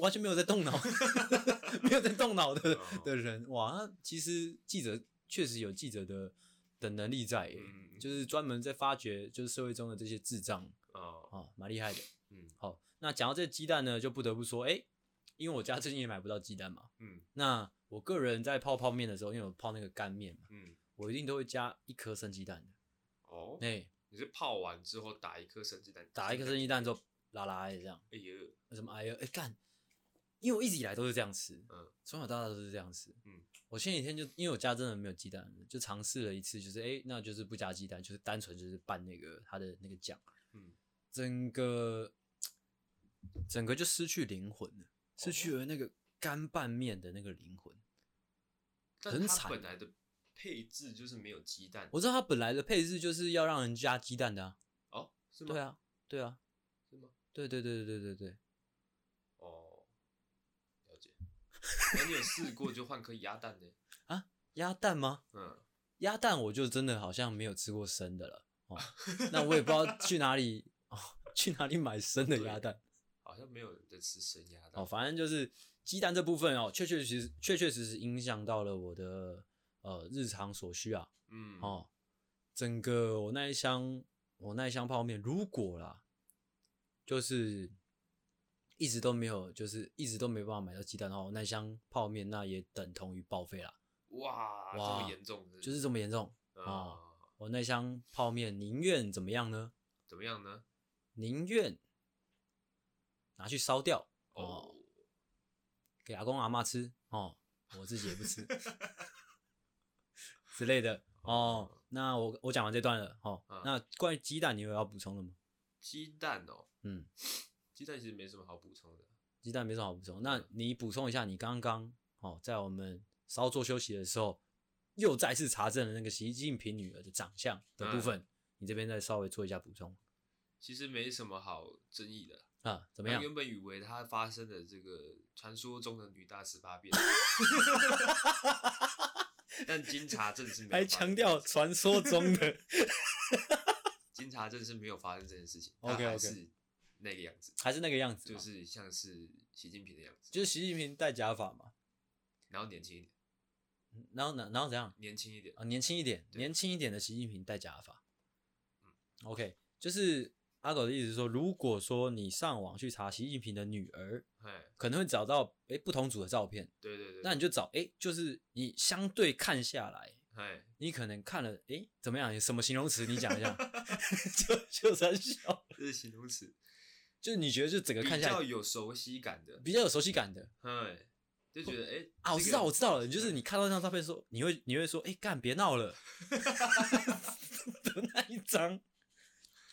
Speaker 1: 完全没有在动脑， 没有在动脑
Speaker 2: 嗯
Speaker 1: 的的人，哇，那其实记者确实有记者的的能力在、哎
Speaker 2: 嗯
Speaker 1: 就是专门在发掘就是社会中的这些智障
Speaker 2: 哦，
Speaker 1: 啊，蛮厉害的。
Speaker 2: 嗯
Speaker 1: 好，那讲到这鸡蛋呢，就不得不说，哎、因为我家最近也买不到鸡蛋嘛，
Speaker 2: 嗯
Speaker 1: 那我个人在泡泡面的时候，因为我泡那个干面嘛，
Speaker 2: 嗯，
Speaker 1: 我一定都会加一颗生鸡蛋的，
Speaker 2: 哦，
Speaker 1: 哎、
Speaker 2: 你是泡完之后打一颗生鸡蛋，
Speaker 1: 打一颗生鸡蛋之后，拉拉的这样，
Speaker 2: 哎呦，
Speaker 1: 什么哎呀，哎、干，因为我一直以来都是这样吃，
Speaker 2: 嗯
Speaker 1: 从小到大都是这样吃，
Speaker 2: 嗯，
Speaker 1: 我前几天就因为我家真的没有鸡蛋，就尝试了一次，就是哎、那就是不加鸡蛋，就是单纯就是拌那个它的那个酱，
Speaker 2: 嗯，
Speaker 1: 整个整个就失去灵魂了，失去了那个干拌面的那个灵魂。
Speaker 2: 但
Speaker 1: 很
Speaker 2: 它
Speaker 1: 惨啊
Speaker 2: 本来的配置就是没有鸡蛋，
Speaker 1: 我知道它本来的配置就是要让人加鸡蛋的啊，
Speaker 2: 哦，是吗？
Speaker 1: 对，啊，对啊，
Speaker 2: 是吗？
Speaker 1: 对对对对对对对，
Speaker 2: 哦，了解。那你有试过就换颗鸭蛋呢？
Speaker 1: 鸭蛋吗？
Speaker 2: 嗯，
Speaker 1: 鸭蛋我就真的好像没有吃过生的了哦，那我也不知道去哪里哦，去哪里买生的鸭蛋
Speaker 2: 好像没有人在吃生鸭蛋
Speaker 1: 哦，反正就是鸡蛋这部分哦，确确实确确实实影响到了我的呃日常所需啊，
Speaker 2: 嗯，
Speaker 1: 哦，整个我那一箱我那一箱泡面，如果啦，就是一直都没有，就是一直都没办法买到鸡蛋的话，我那一箱泡面那也等同于报废啦，
Speaker 2: 哇，这
Speaker 1: 哇
Speaker 2: 么严重不，
Speaker 1: 就是这么严重。哦
Speaker 2: 啊，
Speaker 1: 我那箱泡面宁愿怎么样呢？
Speaker 2: 怎么样呢？
Speaker 1: 宁愿拿去烧掉哦，
Speaker 2: 哦，
Speaker 1: 给阿公阿妈吃哦，我自己也不吃之类的哦。那我我讲完这段了哦。
Speaker 2: 嗯
Speaker 1: 那关于鸡蛋，你有要补充的吗？
Speaker 2: 鸡蛋哦，
Speaker 1: 嗯，
Speaker 2: 鸡蛋其实没什么好补充的。
Speaker 1: 鸡蛋没什么好补充。那你补充一下，你刚刚哦，在我们稍作休息的时候，又再次查证了那个习近平女儿的长相的部分，你这边再稍微做一下补充
Speaker 2: 其实没什么好争议的。
Speaker 1: 啊？怎
Speaker 2: 我
Speaker 1: 么样？
Speaker 2: 原本以为它发生的这个传说中的女大十 八变，但经查证是没有发
Speaker 1: 还
Speaker 2: 生。
Speaker 1: 强调传说中的
Speaker 2: 经查证是没有发生这件事情。
Speaker 1: OK，OK
Speaker 2: 它还是那个样子，
Speaker 1: 还是那个样子
Speaker 2: 就
Speaker 1: 嘛，
Speaker 2: 是像是习近平的样子，
Speaker 1: 哦就是习近平戴假发嘛，
Speaker 2: 然后年轻一点，
Speaker 1: 嗯然后呢，然后怎样？
Speaker 2: 年轻一点
Speaker 1: 啊，，年轻一点，
Speaker 2: 对嗯
Speaker 1: 年轻一点的习近平戴假发。OK，就是阿狗的意思是说，如果说你上网去查习近平的女儿，
Speaker 2: 哎，
Speaker 1: 可能会找到诶不同组的照片，
Speaker 2: 对对对，
Speaker 1: 那你就找诶，就是你相对看下来，
Speaker 2: 哎，
Speaker 1: 你可能看了诶怎么样？什么形容词？你讲一下， 就就三笑，
Speaker 2: 这是形容词，
Speaker 1: 就是你觉得就整个
Speaker 2: 比
Speaker 1: 看下
Speaker 2: 较
Speaker 1: 来
Speaker 2: 有熟悉感的，
Speaker 1: 比较有熟悉感的
Speaker 2: 哎，就觉得哎，
Speaker 1: 啊，我
Speaker 2: 这
Speaker 1: 知
Speaker 2: 个
Speaker 1: 道，我知道了，就是你看到那张照片说，你会你会说诶干别闹了 的那一张，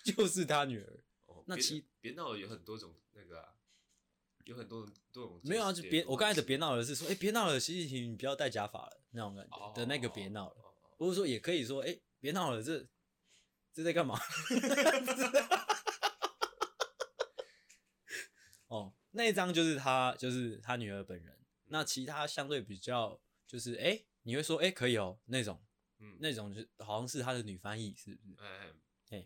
Speaker 1: 就是他女儿。
Speaker 2: 哦
Speaker 1: 那
Speaker 2: 别
Speaker 1: 其
Speaker 2: 别闹了有很多种那个啊，有很多种多种
Speaker 1: 没有啊，就
Speaker 2: 解
Speaker 1: 别
Speaker 2: 读
Speaker 1: 我刚才的
Speaker 2: 方式
Speaker 1: 别闹了是说，哎、别闹了，习近平你不要戴假发了那种感觉、
Speaker 2: 哦
Speaker 1: 的那个别闹了，
Speaker 2: 哦哦
Speaker 1: 或者说也可以说，哎、别闹了，这这在干嘛？ 哦，那一张就是他，就是他女儿本人。那其他相对比较就是，哎、你会说，哎、可以哦，那种
Speaker 2: 嗯，
Speaker 1: 那种就是好像是他的女翻译，是不是？
Speaker 2: 哎，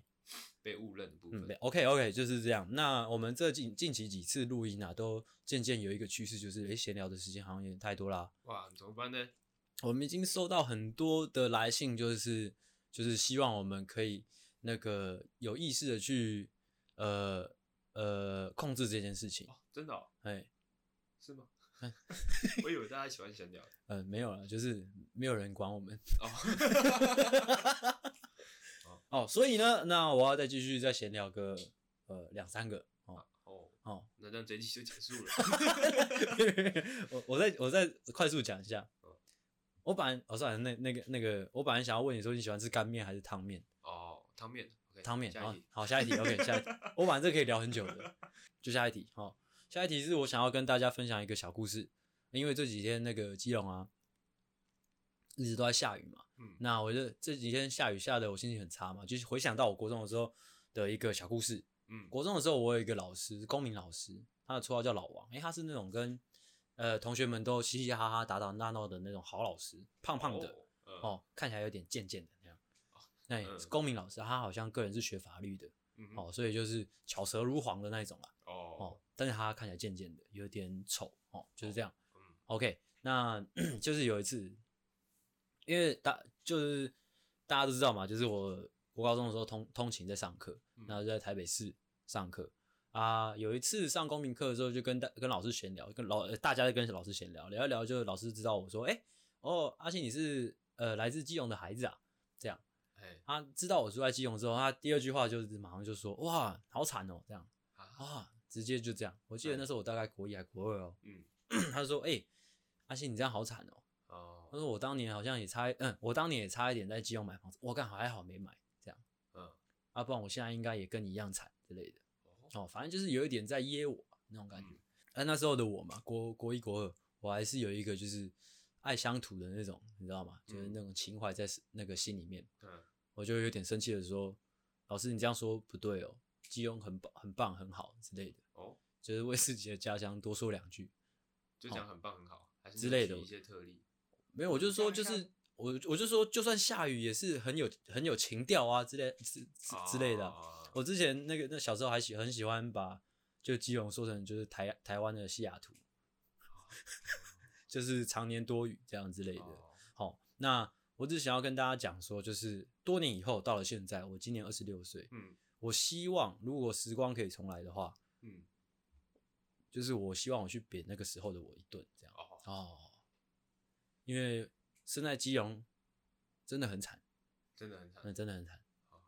Speaker 2: 被误认的部
Speaker 1: 嗯
Speaker 2: 分。
Speaker 1: ，OK OK，就是这样。那我们这近近期几次录音啊，都渐渐有一个趋势，就是诶，闲聊的时间好像有点太多啦。
Speaker 2: 哇，怎么办呢？
Speaker 1: 我们已经收到很多的来信，就是就是希望我们可以那个有意识的去呃呃控制这件事情。
Speaker 2: 哦，真的、哦、
Speaker 1: 哎，
Speaker 2: 是吗？
Speaker 1: 嗯
Speaker 2: 我以为大家喜欢闲聊
Speaker 1: 呃，没有了，就是没有人管我们。
Speaker 2: 哦。
Speaker 1: 哦，所以呢，那我要再继续再闲聊个呃两三个哦
Speaker 2: 哦，
Speaker 1: 哦，
Speaker 2: 那这样这一期就结束了。
Speaker 1: 我我再我再快速讲一下
Speaker 2: 嗯。
Speaker 1: 我本来哦算了，那那个那个，我本来想要问你说你喜欢吃干面还是汤面？
Speaker 2: 哦，汤面，OK，
Speaker 1: 汤面哦
Speaker 2: 下
Speaker 1: 好
Speaker 2: 一题。
Speaker 1: 好，下一题 OK，下一 题，我反正可以聊很久的，就下一题哦。下一题是我想要跟大家分享一个小故事，因为这几天那个基隆啊一直都在下雨嘛，
Speaker 2: 嗯，
Speaker 1: 那我就这几天下雨下的我心情很差嘛，就是回想到我国中的时候的一个小故事。
Speaker 2: 嗯，
Speaker 1: 国中的时候，我有一个老师，公民老师，他的绰号叫老王，因为他是那种跟呃同学们都嘻嘻哈哈、打打闹闹的那种好老师，胖胖的
Speaker 2: 哦，呃
Speaker 1: 哦，看起来有点贱贱的那样。那、
Speaker 2: 嗯
Speaker 1: 公民老师，他好像个人是学法律的
Speaker 2: 嗯哼
Speaker 1: 哦，所以就是巧舌如簧的那一种啦
Speaker 2: 哦
Speaker 1: 哦，，但是他看起来贱贱的，有点丑哦，就是这样。
Speaker 2: 嗯
Speaker 1: OK，那 就是有一次，因为大就是大家都知道嘛，就是我我高中的时候通通勤在上课
Speaker 2: 嗯，
Speaker 1: 然后就在台北市上课啊。有一次上公民课的时候，就跟大跟老师闲聊，跟老呃大家在跟老师闲聊聊一聊，就老师知道我说，哎、哦，阿信你是呃来自基隆的孩子啊，这样。
Speaker 2: 哎
Speaker 1: 他知道我住在基隆之后，他第二句话就是马上就说，哇，好惨哦，这样
Speaker 2: 啊，
Speaker 1: 啊，直接就这样。我记得那时候我大概国一还国二哦，
Speaker 2: 哎嗯，
Speaker 1: 他就说，哎、阿信你这样好惨哦。他
Speaker 2: 哦，
Speaker 1: 说我当年好像也差一，嗯，我当年也差一点在基隆买房子，我干还好没买，这样
Speaker 2: 嗯，
Speaker 1: 啊，不然我现在应该也跟你一样惨之类的。
Speaker 2: 哦，
Speaker 1: 哦，反正就是有一点在噎我啊那种感
Speaker 2: 嗯
Speaker 1: 觉。但那时候的我嘛，国国一国二，我还是有一个就是爱乡土的那种，你知道吗？就是
Speaker 2: 嗯
Speaker 1: 那种情怀在那个心里面，
Speaker 2: 嗯，
Speaker 1: 我就有点生气的说，老师你这样说不对哦，基隆很棒很棒很好之类的，
Speaker 2: 哦，
Speaker 1: 就是为自己的家乡多说两句。
Speaker 2: 就讲很棒很好，还是
Speaker 1: 之
Speaker 2: 你
Speaker 1: 类
Speaker 2: 举
Speaker 1: 的
Speaker 2: 一些特例。
Speaker 1: 没有，我就
Speaker 2: 嗯
Speaker 1: 说
Speaker 2: 像
Speaker 1: 就
Speaker 2: 像
Speaker 1: 是我我就说，就算下雨也是很有很有情调啊之类之之之类的啊。
Speaker 2: 哦
Speaker 1: 我之前那个那小时候还喜很喜欢把就基隆说成就是台台湾的西雅图，
Speaker 2: 哦
Speaker 1: 就是常年多雨这样之类的。
Speaker 2: 哦
Speaker 1: 好、那我只想要跟大家讲说，就是多年以后到了现在，我今年二十六岁，
Speaker 2: 嗯
Speaker 1: 我希望如果时光可以重来的话，
Speaker 2: 嗯，
Speaker 1: 就是我希望我去扁那个时候的我一顿这样
Speaker 2: 哦，
Speaker 1: 哦，因为生在基隆真的很惨。
Speaker 2: 真的很惨
Speaker 1: 那。真的很惨。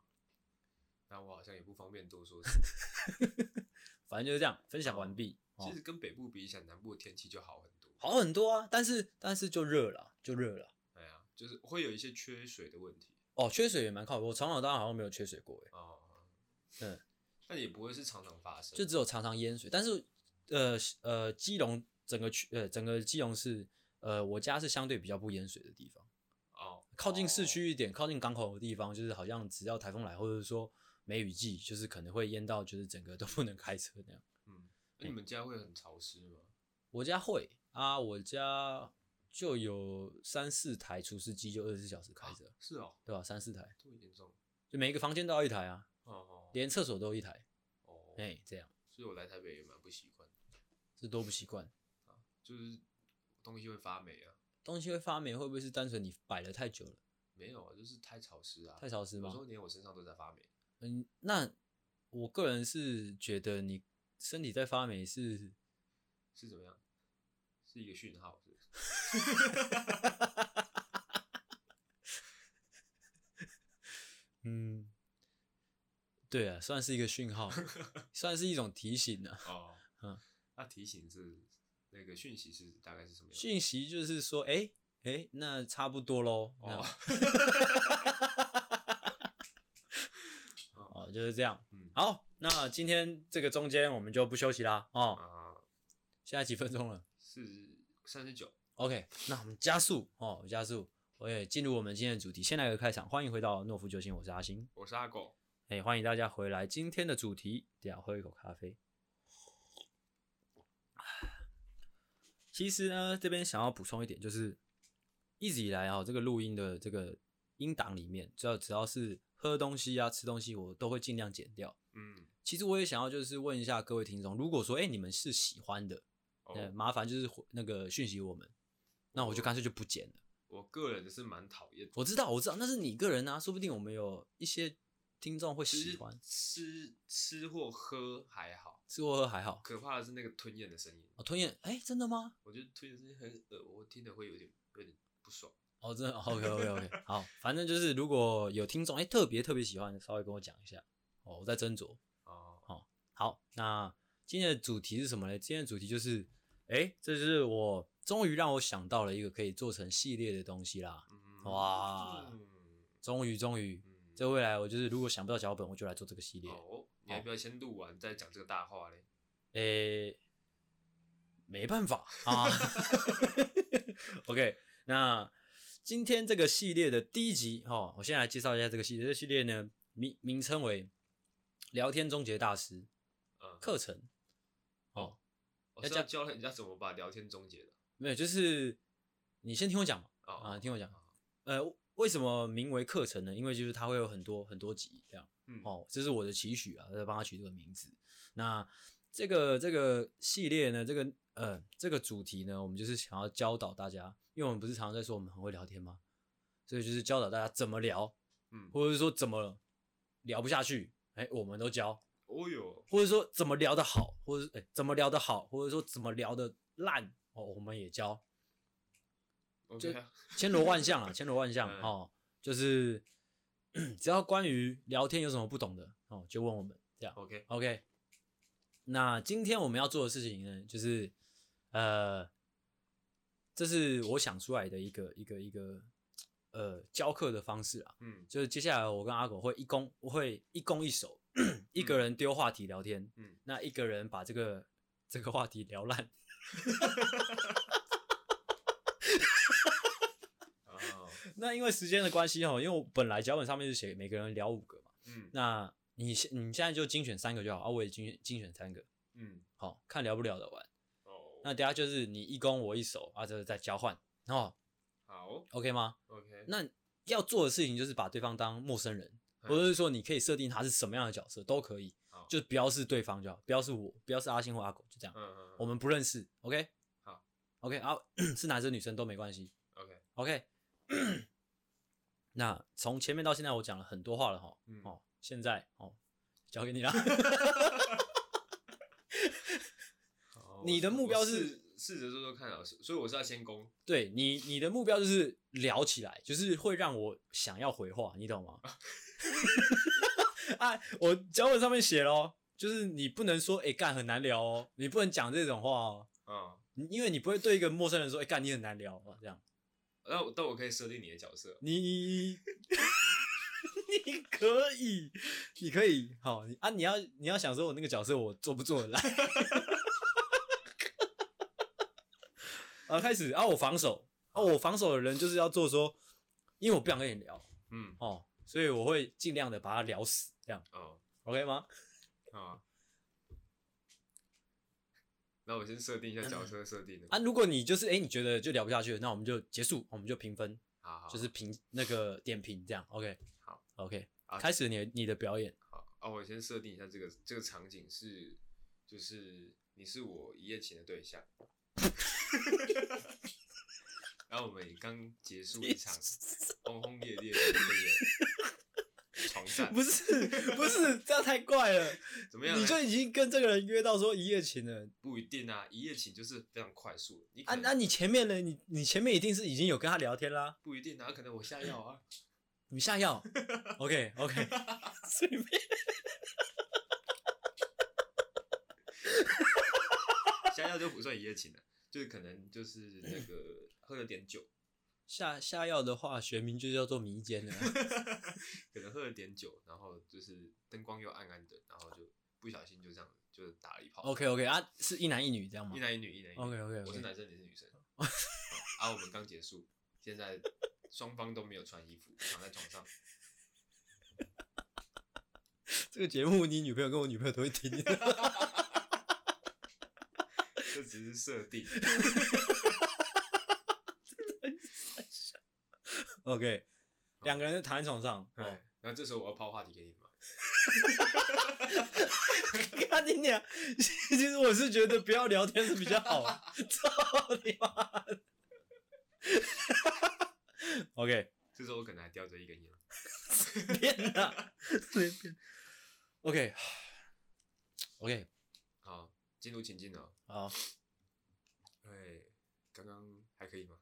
Speaker 2: 那我好像也不方便多说什么。
Speaker 1: 反正就是这样，分享完毕。哦
Speaker 2: 其实跟北部比起来，南部的天气就好很多。
Speaker 1: 好很多啊，但是但是就热了，就热了。
Speaker 2: 哎呀，就是会有一些缺水的问题
Speaker 1: 哦，缺水也蛮靠谱，我从小到大好像没有缺水过诶，欸
Speaker 2: 哦。
Speaker 1: 嗯，
Speaker 2: 但也不会是常常发生。
Speaker 1: 就只有常常淹水。但是呃呃，基隆整个区呃整个基隆市呃，我家是相对比较不淹水的地方，
Speaker 2: 哦，
Speaker 1: 靠近市区一点，靠近港口的地方，就是好像只要台风来或者说梅雨季，就是可能会淹到就是整个都不能开车那样。
Speaker 2: 哦。嗯，那你们家会很潮湿
Speaker 1: 啊
Speaker 2: 吗？
Speaker 1: 我家会啊，我家就有三四台除湿机，就二十四小时开着。
Speaker 2: 啊是哦，
Speaker 1: 对吧、三四台，
Speaker 2: 这么严重。
Speaker 1: 就每一个房间都要一台啊，
Speaker 2: 哦
Speaker 1: 连厕所都有一台，
Speaker 2: 哦，
Speaker 1: 哎、这样
Speaker 2: 所以我来台北也蛮不习惯的，
Speaker 1: 这多不习惯。
Speaker 2: 就是东西会发霉啊。
Speaker 1: 东西会发霉，会不会是单纯你摆了太久了，
Speaker 2: 没有啊，就是太潮湿啊，
Speaker 1: 太潮湿
Speaker 2: 有
Speaker 1: 吗
Speaker 2: 时？候连我身上都在发霉。
Speaker 1: 嗯，那我个人是觉得你身体在发霉是，
Speaker 2: 是怎么样？是一个讯号，是 不是？
Speaker 1: 嗯，对啊，算是一个讯 号，算是一种提醒啊。
Speaker 2: 哦，
Speaker 1: 嗯，
Speaker 2: 那提醒是那个讯息是大概是什么样？
Speaker 1: 讯息就是说，哎、哎、那差不多喽，那
Speaker 2: 哦
Speaker 1: 样， 哦，就是这样。
Speaker 2: 嗯
Speaker 1: 好，那今天这个中间我们就不休息啦，哦，
Speaker 2: 啊，
Speaker 1: 现在几分钟了？
Speaker 2: 是三十九，
Speaker 1: OK，那我们加速哦，加速，我也进入我们今天的主题。先来个开场，欢迎回到诺夫救星，我是阿星，
Speaker 2: 我是阿狗。
Speaker 1: 哎、欢迎大家回来。今天的主题，等一下喝一口咖啡。哦其实呢，这边想要补充一点，就是一直以来啊、这个录音的这个音档里面，只要只要是喝东西啊、吃东西，我都会尽量剪掉。
Speaker 2: 嗯，
Speaker 1: 其实我也想要就是问一下各位听众，如果说哎、诶你们是喜欢的，呃，
Speaker 2: 哦，
Speaker 1: 麻烦就是回那个讯息我们，那我就干脆就不剪了。
Speaker 2: 我个人是蛮讨厌
Speaker 1: 我知道，我知道，那是你个人啊，说不定我们有一些听众会喜
Speaker 2: 吃
Speaker 1: 欢。
Speaker 2: 吃吃或喝还好，
Speaker 1: 吃或喝还好，
Speaker 2: 可怕的是那个吞咽的声音，
Speaker 1: 哦、吞咽，哎、真的吗？
Speaker 2: 我觉得吞咽声音很恶，我听的会有点有点不爽。
Speaker 1: 哦，真的，OK OK OK，好，反正就是如果有听众哎、诶特别特别喜欢的，稍微跟我讲一下，哦，我在斟酌。
Speaker 2: 哦，
Speaker 1: 好，那今天的主题是什么呢？今天的主题就是，哎、这是我终于让我想到了一个可以做成系列的东西啦！
Speaker 2: 嗯
Speaker 1: 哇
Speaker 2: 嗯
Speaker 1: 终于，终于，
Speaker 2: 嗯
Speaker 1: 这未来我就是如果想不到脚本，我就来做这个系列。
Speaker 2: 哦，你要不要先录完再讲这个大话嘞？
Speaker 1: 诶、没办法 啊。OK，那今天这个系列的第一集哦，我先来介绍一下这个系列。这个系列呢，名名称为“聊天终结大师
Speaker 2: 嗯，”
Speaker 1: 课程。哦，
Speaker 2: 我是要教人家怎么把聊天终结的。
Speaker 1: 没有，就是你先听我讲嘛。
Speaker 2: 哦
Speaker 1: 啊，听我讲，呃，为什么名为课程呢？因为就是它会有很多很多集这样。
Speaker 2: 嗯，
Speaker 1: 哦，这是我的期许啊，在帮他取这个名字。那这个这个系列呢，这个呃这个主题呢，我们就是想要教导大家，因为我们不是常常在说我们很会聊天吗？所以就是教导大家怎么聊，
Speaker 2: 嗯，
Speaker 1: 或者是说怎么聊不下去，哎，我们都教；
Speaker 2: 哦哟，
Speaker 1: 或者说怎么聊得好，或者是哎怎么聊得好，或者说怎么聊得烂，哦，我们也教。
Speaker 2: OK 啊，
Speaker 1: 千罗万象啊，千罗万象
Speaker 2: 嗯
Speaker 1: 哦，就是 只要关于聊天有什么不懂的哦，就问我们这样。
Speaker 2: OK，
Speaker 1: OK，那今天我们要做的事情呢，就是呃，这是我想出来的一个一个一个呃教课的方式啊，
Speaker 2: 嗯
Speaker 1: 就是接下来我跟阿狗会一攻我会一攻一守， 一个人丢话题聊天，
Speaker 2: 嗯，
Speaker 1: 那一个人把这个这个话题聊烂，
Speaker 2: 哦，
Speaker 1: 那因为时间的关系哦，因为我本来脚本上面是写每个人聊五个嘛，
Speaker 2: 嗯
Speaker 1: 那你现你现在就精选三个就好啊，我也精选精选三个，
Speaker 2: 嗯，
Speaker 1: 好、看聊不聊得完。
Speaker 2: 哦，
Speaker 1: 那等下就是你一攻我一守啊，这是在交换哦
Speaker 2: 好
Speaker 1: ，OK 吗？
Speaker 2: ，OK，
Speaker 1: 那要做的事情就是把对方当陌生人，
Speaker 2: 嗯
Speaker 1: 或者是说你可以设定他是什么样的角色都可以，
Speaker 2: 好，
Speaker 1: 就不要是对方就好，不要是我，不要是阿星或阿狗，就这样，
Speaker 2: 嗯嗯，
Speaker 1: 我们不认识，OK？
Speaker 2: 好
Speaker 1: ，OK 啊， 是男生女生都没关系
Speaker 2: OK，
Speaker 1: ，OK 。 那从前面到现在我讲了很多话了哈，
Speaker 2: 嗯
Speaker 1: 哦，现在哦交给你了，
Speaker 2: 好
Speaker 1: 你的
Speaker 2: 我
Speaker 1: 目标
Speaker 2: 我
Speaker 1: 是
Speaker 2: 试试着做做看啊，所所以我是要先攻，
Speaker 1: 对你你的目标就是聊起来，就是会让我想要回话，你懂吗？ 哎，我脚本上面写咯，就是你不能说哎干、很难聊哦，你不能讲这种话哦，
Speaker 2: 嗯，
Speaker 1: 你因为你不会对一个陌生人说哎干、你很难聊哦这样，
Speaker 2: 那我但我可以设定你的角色，
Speaker 1: 你你可以，你可以好你啊，你要你要想说我那个角色我做不做得来， 啊开始啊我防守啊我防守的人就是要做说，因为我不想跟你聊
Speaker 2: 嗯，
Speaker 1: 哦，所以我会尽量的把他聊死，这样
Speaker 2: 哦，
Speaker 1: OK 吗？
Speaker 2: 啊， 那我先设定一下角色设定的
Speaker 1: 啊，，如果你就是哎、诶你觉得就聊不下去了，那我们就结束，我们就评分，
Speaker 2: 好好，
Speaker 1: 就是评那个点评这样 OK
Speaker 2: 好
Speaker 1: OK
Speaker 2: 啊
Speaker 1: 开始你的你的表演
Speaker 2: 好啊，我先设定一下这个这个场景是，就是你是我一夜情的对象，然后我们也刚结束 一场轰轰烈烈的那 个床战，
Speaker 1: 不是不是，这样太怪了。
Speaker 2: 怎么样呢？
Speaker 1: 你就已经跟这个人约到说一夜情了
Speaker 2: 不一定啊，一夜情就是非常快速的，你
Speaker 1: 啊？
Speaker 2: 可
Speaker 1: 那、
Speaker 2: 能
Speaker 1: 你前面呢？你你前面一定是已经有跟他聊天啦。
Speaker 2: 不一定啊，可能我下药啊，
Speaker 1: 你下 药，OK OK，随便。
Speaker 2: 下药就不算一夜情了，就是可能就是那个喝了点酒，
Speaker 1: 下下药的话，学名就叫做迷奸了。
Speaker 2: 可能喝了点酒，然后就是灯光又暗暗的，然后就不小心就这样就打了一炮。
Speaker 1: OK OK 啊，是一男一女这样吗
Speaker 2: 一男一女，一男一女。
Speaker 1: ？OK，OK，OK
Speaker 2: 我是男生，你是女 生。好啊，我们刚结束，现在双方都没有穿衣服，躺在 床上。
Speaker 1: 这个节目你女朋友跟我女朋友都会听。
Speaker 2: 这只是设定。
Speaker 1: OK，两个人就躺在床上，
Speaker 2: 哎、
Speaker 1: 哦，
Speaker 2: 然后这时候我要抛话题给你们嘛，
Speaker 1: 看你俩， 其实我是觉得不要聊天是比较好，啊 操你妈的！OK，
Speaker 2: 这时候我可能还叼着一根烟。
Speaker 1: 变了，随便。OK，OK，、
Speaker 2: 好，进入情境了。
Speaker 1: 好，
Speaker 2: 哎，刚刚还可以吗？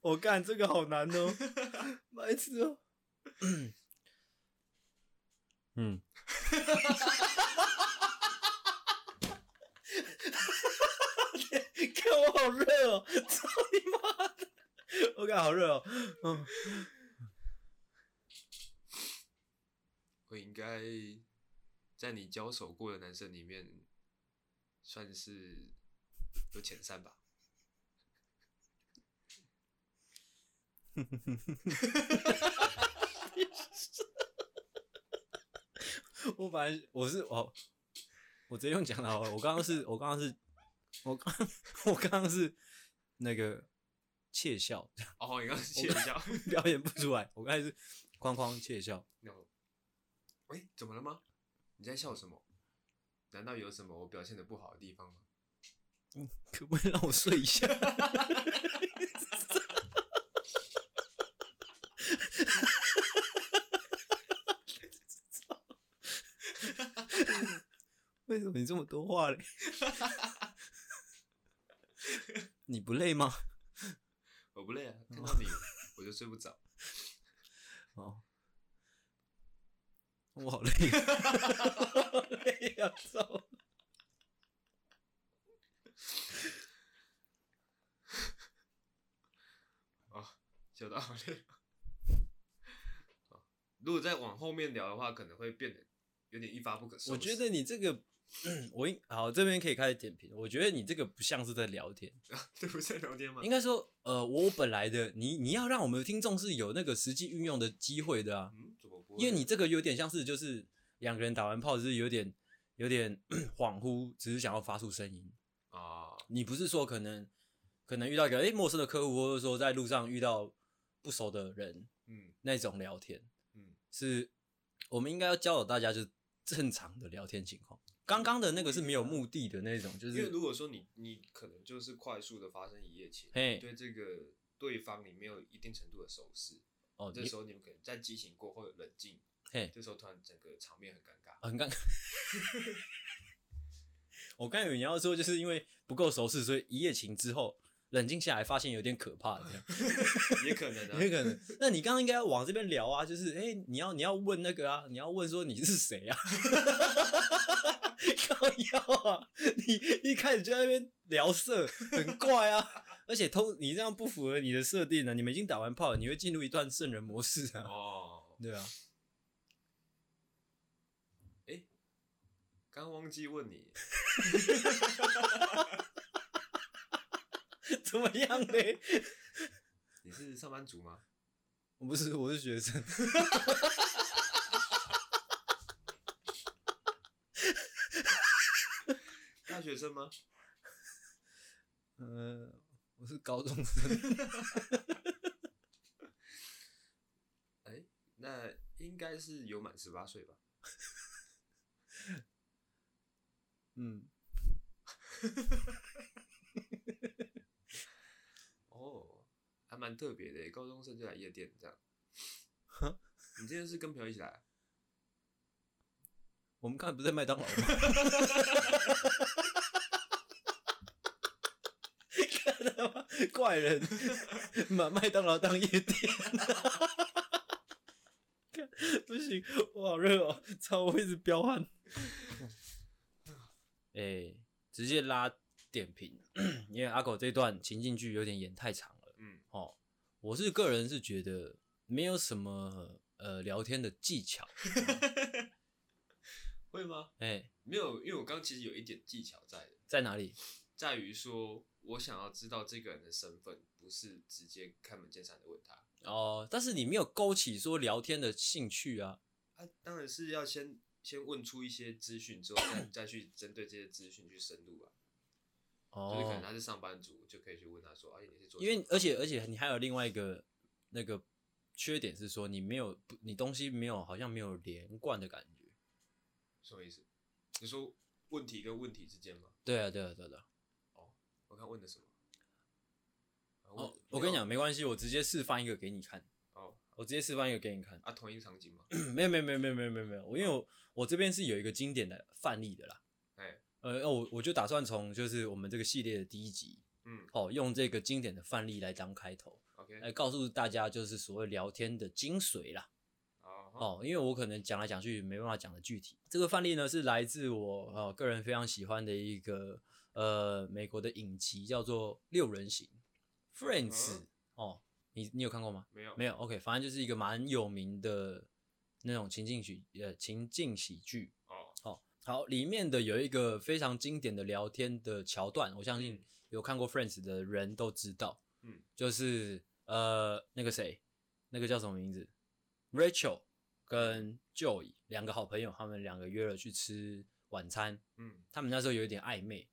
Speaker 1: 我干这个好难哦，白痴哦。 嗯， 看我好热哦，操你妈的！我感好热哦，嗯，
Speaker 2: 我应该在你交手过的男生里面，算是有前三吧。
Speaker 1: 我本来我是哦，我直接用讲的好了，我刚刚是，我刚刚是，我刚我刚刚是那个窃笑，
Speaker 2: 哦，你刚刚切一下。
Speaker 1: 表演不出来，我刚才是哐哐窃笑，
Speaker 2: 然后，喂、怎么了吗？你在笑什么？难道有什么我表现的不好的地方吗？
Speaker 1: 可不可以让我睡一下？ 为什么你这么多话嘞？ 你不累吗？
Speaker 2: 我不累啊，看到你我就睡不着。
Speaker 1: 哦，我 好累啊，好累啊，操！
Speaker 2: 哦笑到好累。好如果再往后面聊的话，可能会变得有点一发不可收拾。
Speaker 1: 我觉得你这个， 我应好这边可以开始点评。我觉得你这个不像是在聊天，
Speaker 2: 这不是在聊天吗
Speaker 1: 应？该说，呃，我本来的你，你要让我们的听众是有那个实际运用的机会的啊，
Speaker 2: 嗯，怎么不会？
Speaker 1: 因为你这个有点像是就是两个人打完炮，就是有点有点 恍惚，只是想要发出声音。
Speaker 2: 啊，
Speaker 1: 你不是说可能可能遇到一个诶、陌生的客户，或者说在路上遇到不熟的人
Speaker 2: 嗯
Speaker 1: 那种聊天，
Speaker 2: 嗯，
Speaker 1: 是我们应该要教导大家就是正常的聊天情况。刚刚的那个是没有目的的那种，就
Speaker 2: 因为
Speaker 1: 是
Speaker 2: 如果说你你可能就是快速的发生一夜情，
Speaker 1: 嘿
Speaker 2: 你对这个对方你没有一定程度的熟识，
Speaker 1: 哦，
Speaker 2: 这
Speaker 1: 你
Speaker 2: 时候你们可能在激情过后冷静，
Speaker 1: 嘿，
Speaker 2: 这时候突然整个场面很尴尬。
Speaker 1: 很尴尬。 我刚以为你要说，就是因为不够熟识，所以一夜情之后冷静下来，发现有点可怕，这样
Speaker 2: 也可能
Speaker 1: 有
Speaker 2: 啊，
Speaker 1: 可能。那你刚刚应该要往这边聊啊，就是哎、你要你要问那个啊，你要问说你是谁啊？ 靠腰啊！你一开始就在那边聊色，很怪啊。 而且通你这样不符合你的设定呢、啊，你们已经打完炮了，你会进入一段圣人模式啊。
Speaker 2: 哦，
Speaker 1: 对啊，
Speaker 2: 刚忘记问你，
Speaker 1: 怎么样呢？
Speaker 2: 你是上班族吗？
Speaker 1: 我不是，我是学生。
Speaker 2: 大学生吗？
Speaker 1: 呃，我是高中生，
Speaker 2: 那应该是有满十八岁吧？
Speaker 1: 嗯，
Speaker 2: 哦，还蛮特别的耶，欸高中生就来夜店这样。 你今天是跟朋友一起来啊？
Speaker 1: 我们刚才不是在麦当劳吗？ 看到吗？怪人把麦当劳当夜店、看不行，我好热哦，操，我一直飙汗。 哎、直接拉点评，因为阿狗这段情境剧有点演太长了。
Speaker 2: 嗯
Speaker 1: 哦，我是个人是觉得没有什么呃聊天的技巧，
Speaker 2: 会吗？
Speaker 1: 哎、
Speaker 2: 没有，因为我刚刚其实有一点技巧在的，
Speaker 1: 在哪里？
Speaker 2: 在于说我想要知道这个人的身份，不是直接开门见山的问他。
Speaker 1: 哦，但是你没有勾起说聊天的兴趣啊，
Speaker 2: 啊，当然是要先先问出一些资讯之后，再再去针对这些资讯去深入啊。就是可能他
Speaker 1: 哦，
Speaker 2: 是上班族，就可以去问他说：“哎，你是做什
Speaker 1: 因
Speaker 2: 么？”
Speaker 1: 为而且而且你还有另外一个那个缺点是说你没有不你东西没有好像没有连贯的感觉。
Speaker 2: 什么意思？你说问题跟问题之间吗？
Speaker 1: 对啊，对啊，对啊。对啊
Speaker 2: 我看问的什么？啊
Speaker 1: 哦，我跟你讲，，没关系，我直接示范一个给你看，
Speaker 2: 问哦
Speaker 1: 我直接示范一个给你看。
Speaker 2: 啊，同一个场景嘛，
Speaker 1: 没有没有没有没有没有没有没有，我因为我我这边是有一个经典的范例的啦。
Speaker 2: 哎，
Speaker 1: 呃，那我我就打算从就是我们这个系列的第一集，
Speaker 2: 嗯
Speaker 1: 哦，用这个经典的范例来当开头，
Speaker 2: ，OK，
Speaker 1: 来告诉大家就是所谓聊天的精髓啦。
Speaker 2: 好，好，
Speaker 1: 哦，因为我可能讲来讲去没办法讲的具体。这个范例呢是来自我呃个人非常喜欢的一个呃美国的影集，叫做《六人行》（Friends）。哦，你你有看过吗？
Speaker 2: 没有
Speaker 1: 没有，OK，反正就是一个蛮有名的那种情境喜呃情境喜剧。
Speaker 2: 哦，
Speaker 1: 好，里面的有一个非常经典的聊天的桥段，我相信
Speaker 2: 嗯
Speaker 1: 有看过《Friends》的人都知道。
Speaker 2: 嗯，
Speaker 1: 就是呃，那个谁，那个叫什么名字？Rachel 跟 Joey 两个好朋友，他们两个约了去吃晚餐。
Speaker 2: 嗯
Speaker 1: 他们那时候有一点暧昧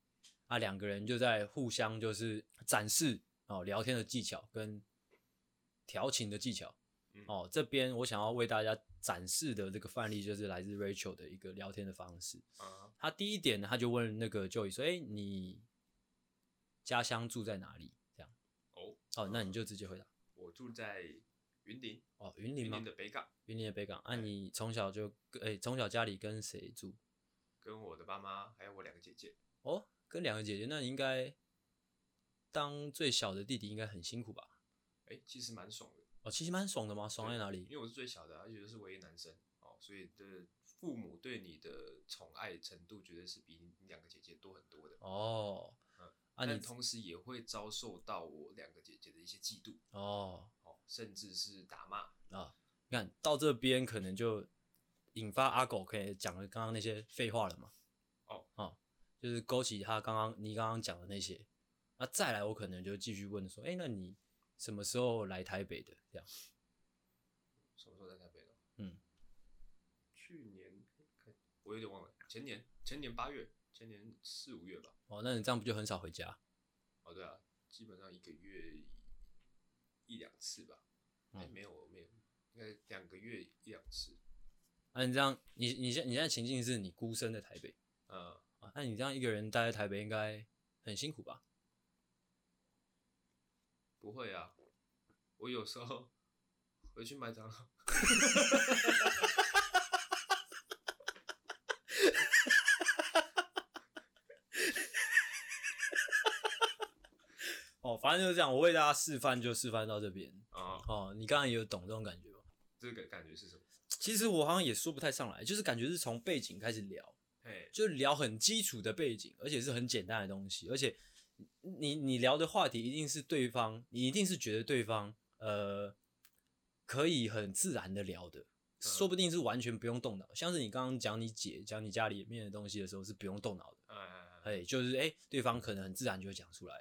Speaker 1: 啊，两个人就在互相就是展示哦聊天的技巧跟调情的技巧。
Speaker 2: 嗯，，
Speaker 1: 哦，这边我想要为大家展示的这个范例，就是来自 Rachel 的一个聊天的方式。
Speaker 2: 啊，
Speaker 1: 他第一点呢，他就问那个 Joey 说：“哎、你家乡住在哪里？”这样
Speaker 2: 哦，
Speaker 1: 哦，那你就直接回答
Speaker 2: 我住在云林，
Speaker 1: 哦，云林
Speaker 2: 云
Speaker 1: 吗
Speaker 2: 林？的北港，
Speaker 1: 云林的北港。啊，
Speaker 2: 对
Speaker 1: 你从小就哎，从、小家里跟谁住？
Speaker 2: 跟我的爸妈还有我两个姐姐，
Speaker 1: 哦，跟两个姐姐，那你应该当最小的弟弟应该很辛苦吧？
Speaker 2: 哎，其实蛮爽的。
Speaker 1: 哦，其实蛮爽的嘛，爽在
Speaker 2: 对
Speaker 1: 哪里？
Speaker 2: 因为我是最小的啊，而且又是唯一男生哦，所以的父母对你的宠爱程度绝对是比你两个姐姐多很多的。
Speaker 1: 哦
Speaker 2: 嗯，
Speaker 1: 啊
Speaker 2: 但
Speaker 1: 你
Speaker 2: 同时也会遭受到我两个姐姐的一些嫉妒
Speaker 1: 哦，
Speaker 2: 哦，甚至是打骂。
Speaker 1: 你看到这边可能就引发阿狗可以讲的刚刚那些废话了嘛？
Speaker 2: 哦
Speaker 1: 哦，就是勾起他刚刚你刚刚讲的那些。那再来，我可能就继续问说，哎、那你什么时候来台北的？这样，
Speaker 2: 什么时候在台北了？
Speaker 1: 嗯，
Speaker 2: 去年，看我有点忘了，前年，前年八月，前年四五月吧。
Speaker 1: 哦，那你这样不就很少回家？
Speaker 2: 哦，对啊，基本上一个月一两次吧。哎、
Speaker 1: 嗯
Speaker 2: 没有，没有，应该两个月一两次。
Speaker 1: 那、你这样，你你现你现在情境是你孤身在台北
Speaker 2: 呃，
Speaker 1: 啊，那你这样一个人待在台北应该很辛苦吧？
Speaker 2: 不会啊，我有时候 回去麦当劳，
Speaker 1: 哦，反正就是这样，我为大家示范就示范到这边。
Speaker 2: 啊、
Speaker 1: 哦，你刚才也有懂这种感觉吧？
Speaker 2: 这个感觉是什么？
Speaker 1: 其实我好像也说不太上来，就是感觉是从背景开始聊，
Speaker 2: 嘿，
Speaker 1: 就聊很基础的背景，而且是很简单的东西，而且你你聊的话题一定是对方，你一定是觉得对方呃可以很自然的聊的，说不定是完全不用动脑，像是你刚刚讲你姐讲你家里面的东西的时候是不用动脑的，
Speaker 2: 呃，
Speaker 1: 哎，就是哎、对方可能很自然就会讲出来，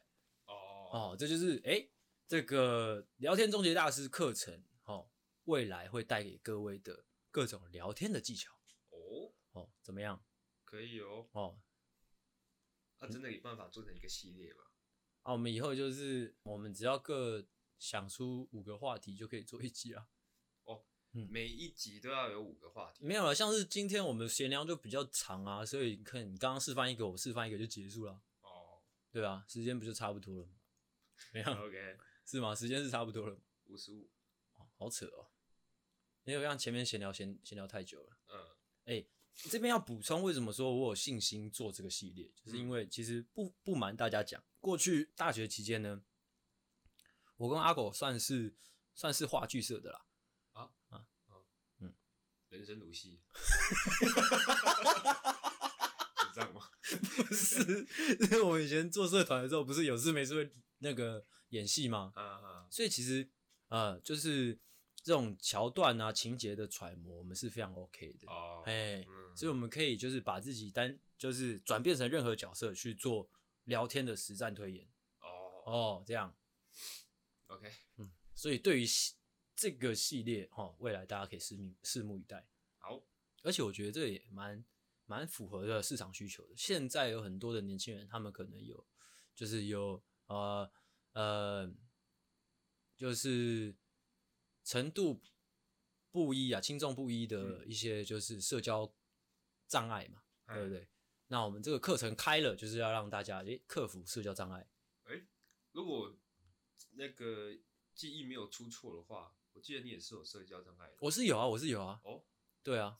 Speaker 2: 哦，
Speaker 1: 哦，这就是哎、这个聊天终结大师课程哦，未来会带给各位的各种聊天的技巧
Speaker 2: 哦，
Speaker 1: 哦，怎么样
Speaker 2: 可以哦，
Speaker 1: 哦？
Speaker 2: 那、真的有办法做成一个系列吗？
Speaker 1: 啊，我们以后就是我们只要各想出五个话题就可以做一集啊。嗯
Speaker 2: 每一集都要有五个话题，
Speaker 1: 没有了，像是今天我们闲聊就比较长啊，所以你看你刚刚示范一个，我示范一个就结束了，
Speaker 2: 哦
Speaker 1: 对吧、时间不就差不多了吗？没有
Speaker 2: ，OK，
Speaker 1: 是吗？时间是差不多了吗，
Speaker 2: 五十五，
Speaker 1: 哦好扯哦，因为让前面闲聊闲闲聊太久了。哎
Speaker 2: 嗯，
Speaker 1: 这边要补充，为什么说我有信心做这个系列，就是因为其实不不瞒大家讲，过去大学期间呢，我跟阿狗算是算是话剧社的啦。
Speaker 2: 人生如 戏，是这样吗？
Speaker 1: 不是，是我们以前做社团的时候，不是有事没事会那个演戏吗？
Speaker 2: 啊啊，
Speaker 1: 所以其实呃，就是这种桥段啊、情节的揣摩，我们是非常 OK 的。
Speaker 2: 哦，
Speaker 1: 哎
Speaker 2: 嗯，
Speaker 1: 所以我们可以就是把自己单就是转变成任何角色去做聊天的实战推演
Speaker 2: 哦
Speaker 1: 哦，这样。
Speaker 2: ，OK，
Speaker 1: 所以对于系这个系列哈、哦，未来大家可以拭目拭目以待。
Speaker 2: 好，
Speaker 1: 而且我觉得这也蛮蛮符合的市场需求的。现在有很多的年轻人，他们可能有就是有呃呃，就是程度不一啊，轻重不一
Speaker 2: 嗯
Speaker 1: 的一些就是社交障碍嘛，对不
Speaker 2: 嗯
Speaker 1: 对？那我们这个课程开了，就是要让大家诶克服社交障碍。
Speaker 2: 如果那个记忆没有出错的话，我记得你也是有社交障碍的。
Speaker 1: 我是有啊，我是有啊，
Speaker 2: 哦
Speaker 1: 对啊，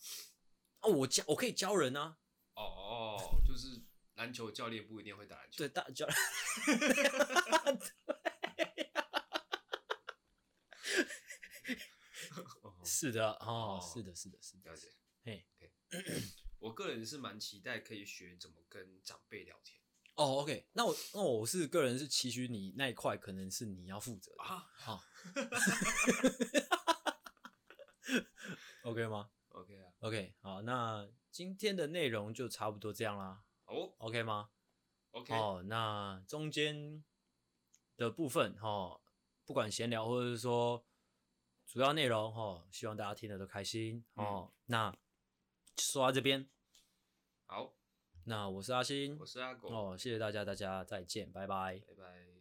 Speaker 1: 啊我教我可以教人啊，
Speaker 2: 哦 哦，就是篮球教练不一定会打篮球。
Speaker 1: 对，大教，
Speaker 2: 哦，
Speaker 1: 是的哦
Speaker 2: 哦，
Speaker 1: 是的，是的，是的
Speaker 2: 了，解。
Speaker 1: 嘿，
Speaker 2: OK，我个人是蛮期待可以学怎么跟长辈聊天
Speaker 1: 哦，OK，那我那我是个人是期许你那一块可能是你要负责的，
Speaker 2: 啊。
Speaker 1: 好，OK 吗
Speaker 2: OK 啊，
Speaker 1: ？OK，好，那今天的内容就差不多这样啦
Speaker 2: 哦
Speaker 1: ，OK 吗？
Speaker 2: ，OK，
Speaker 1: 哦，那中间的部分哈、哦，不管闲聊或者是说主要内容哈、哦，希望大家听得都开心
Speaker 2: 嗯
Speaker 1: 哦。那说到这边，
Speaker 2: 好，
Speaker 1: 那我是阿星哦
Speaker 2: 我是阿狗，
Speaker 1: 哦，谢谢大家，大家再见，拜拜。
Speaker 2: 拜拜。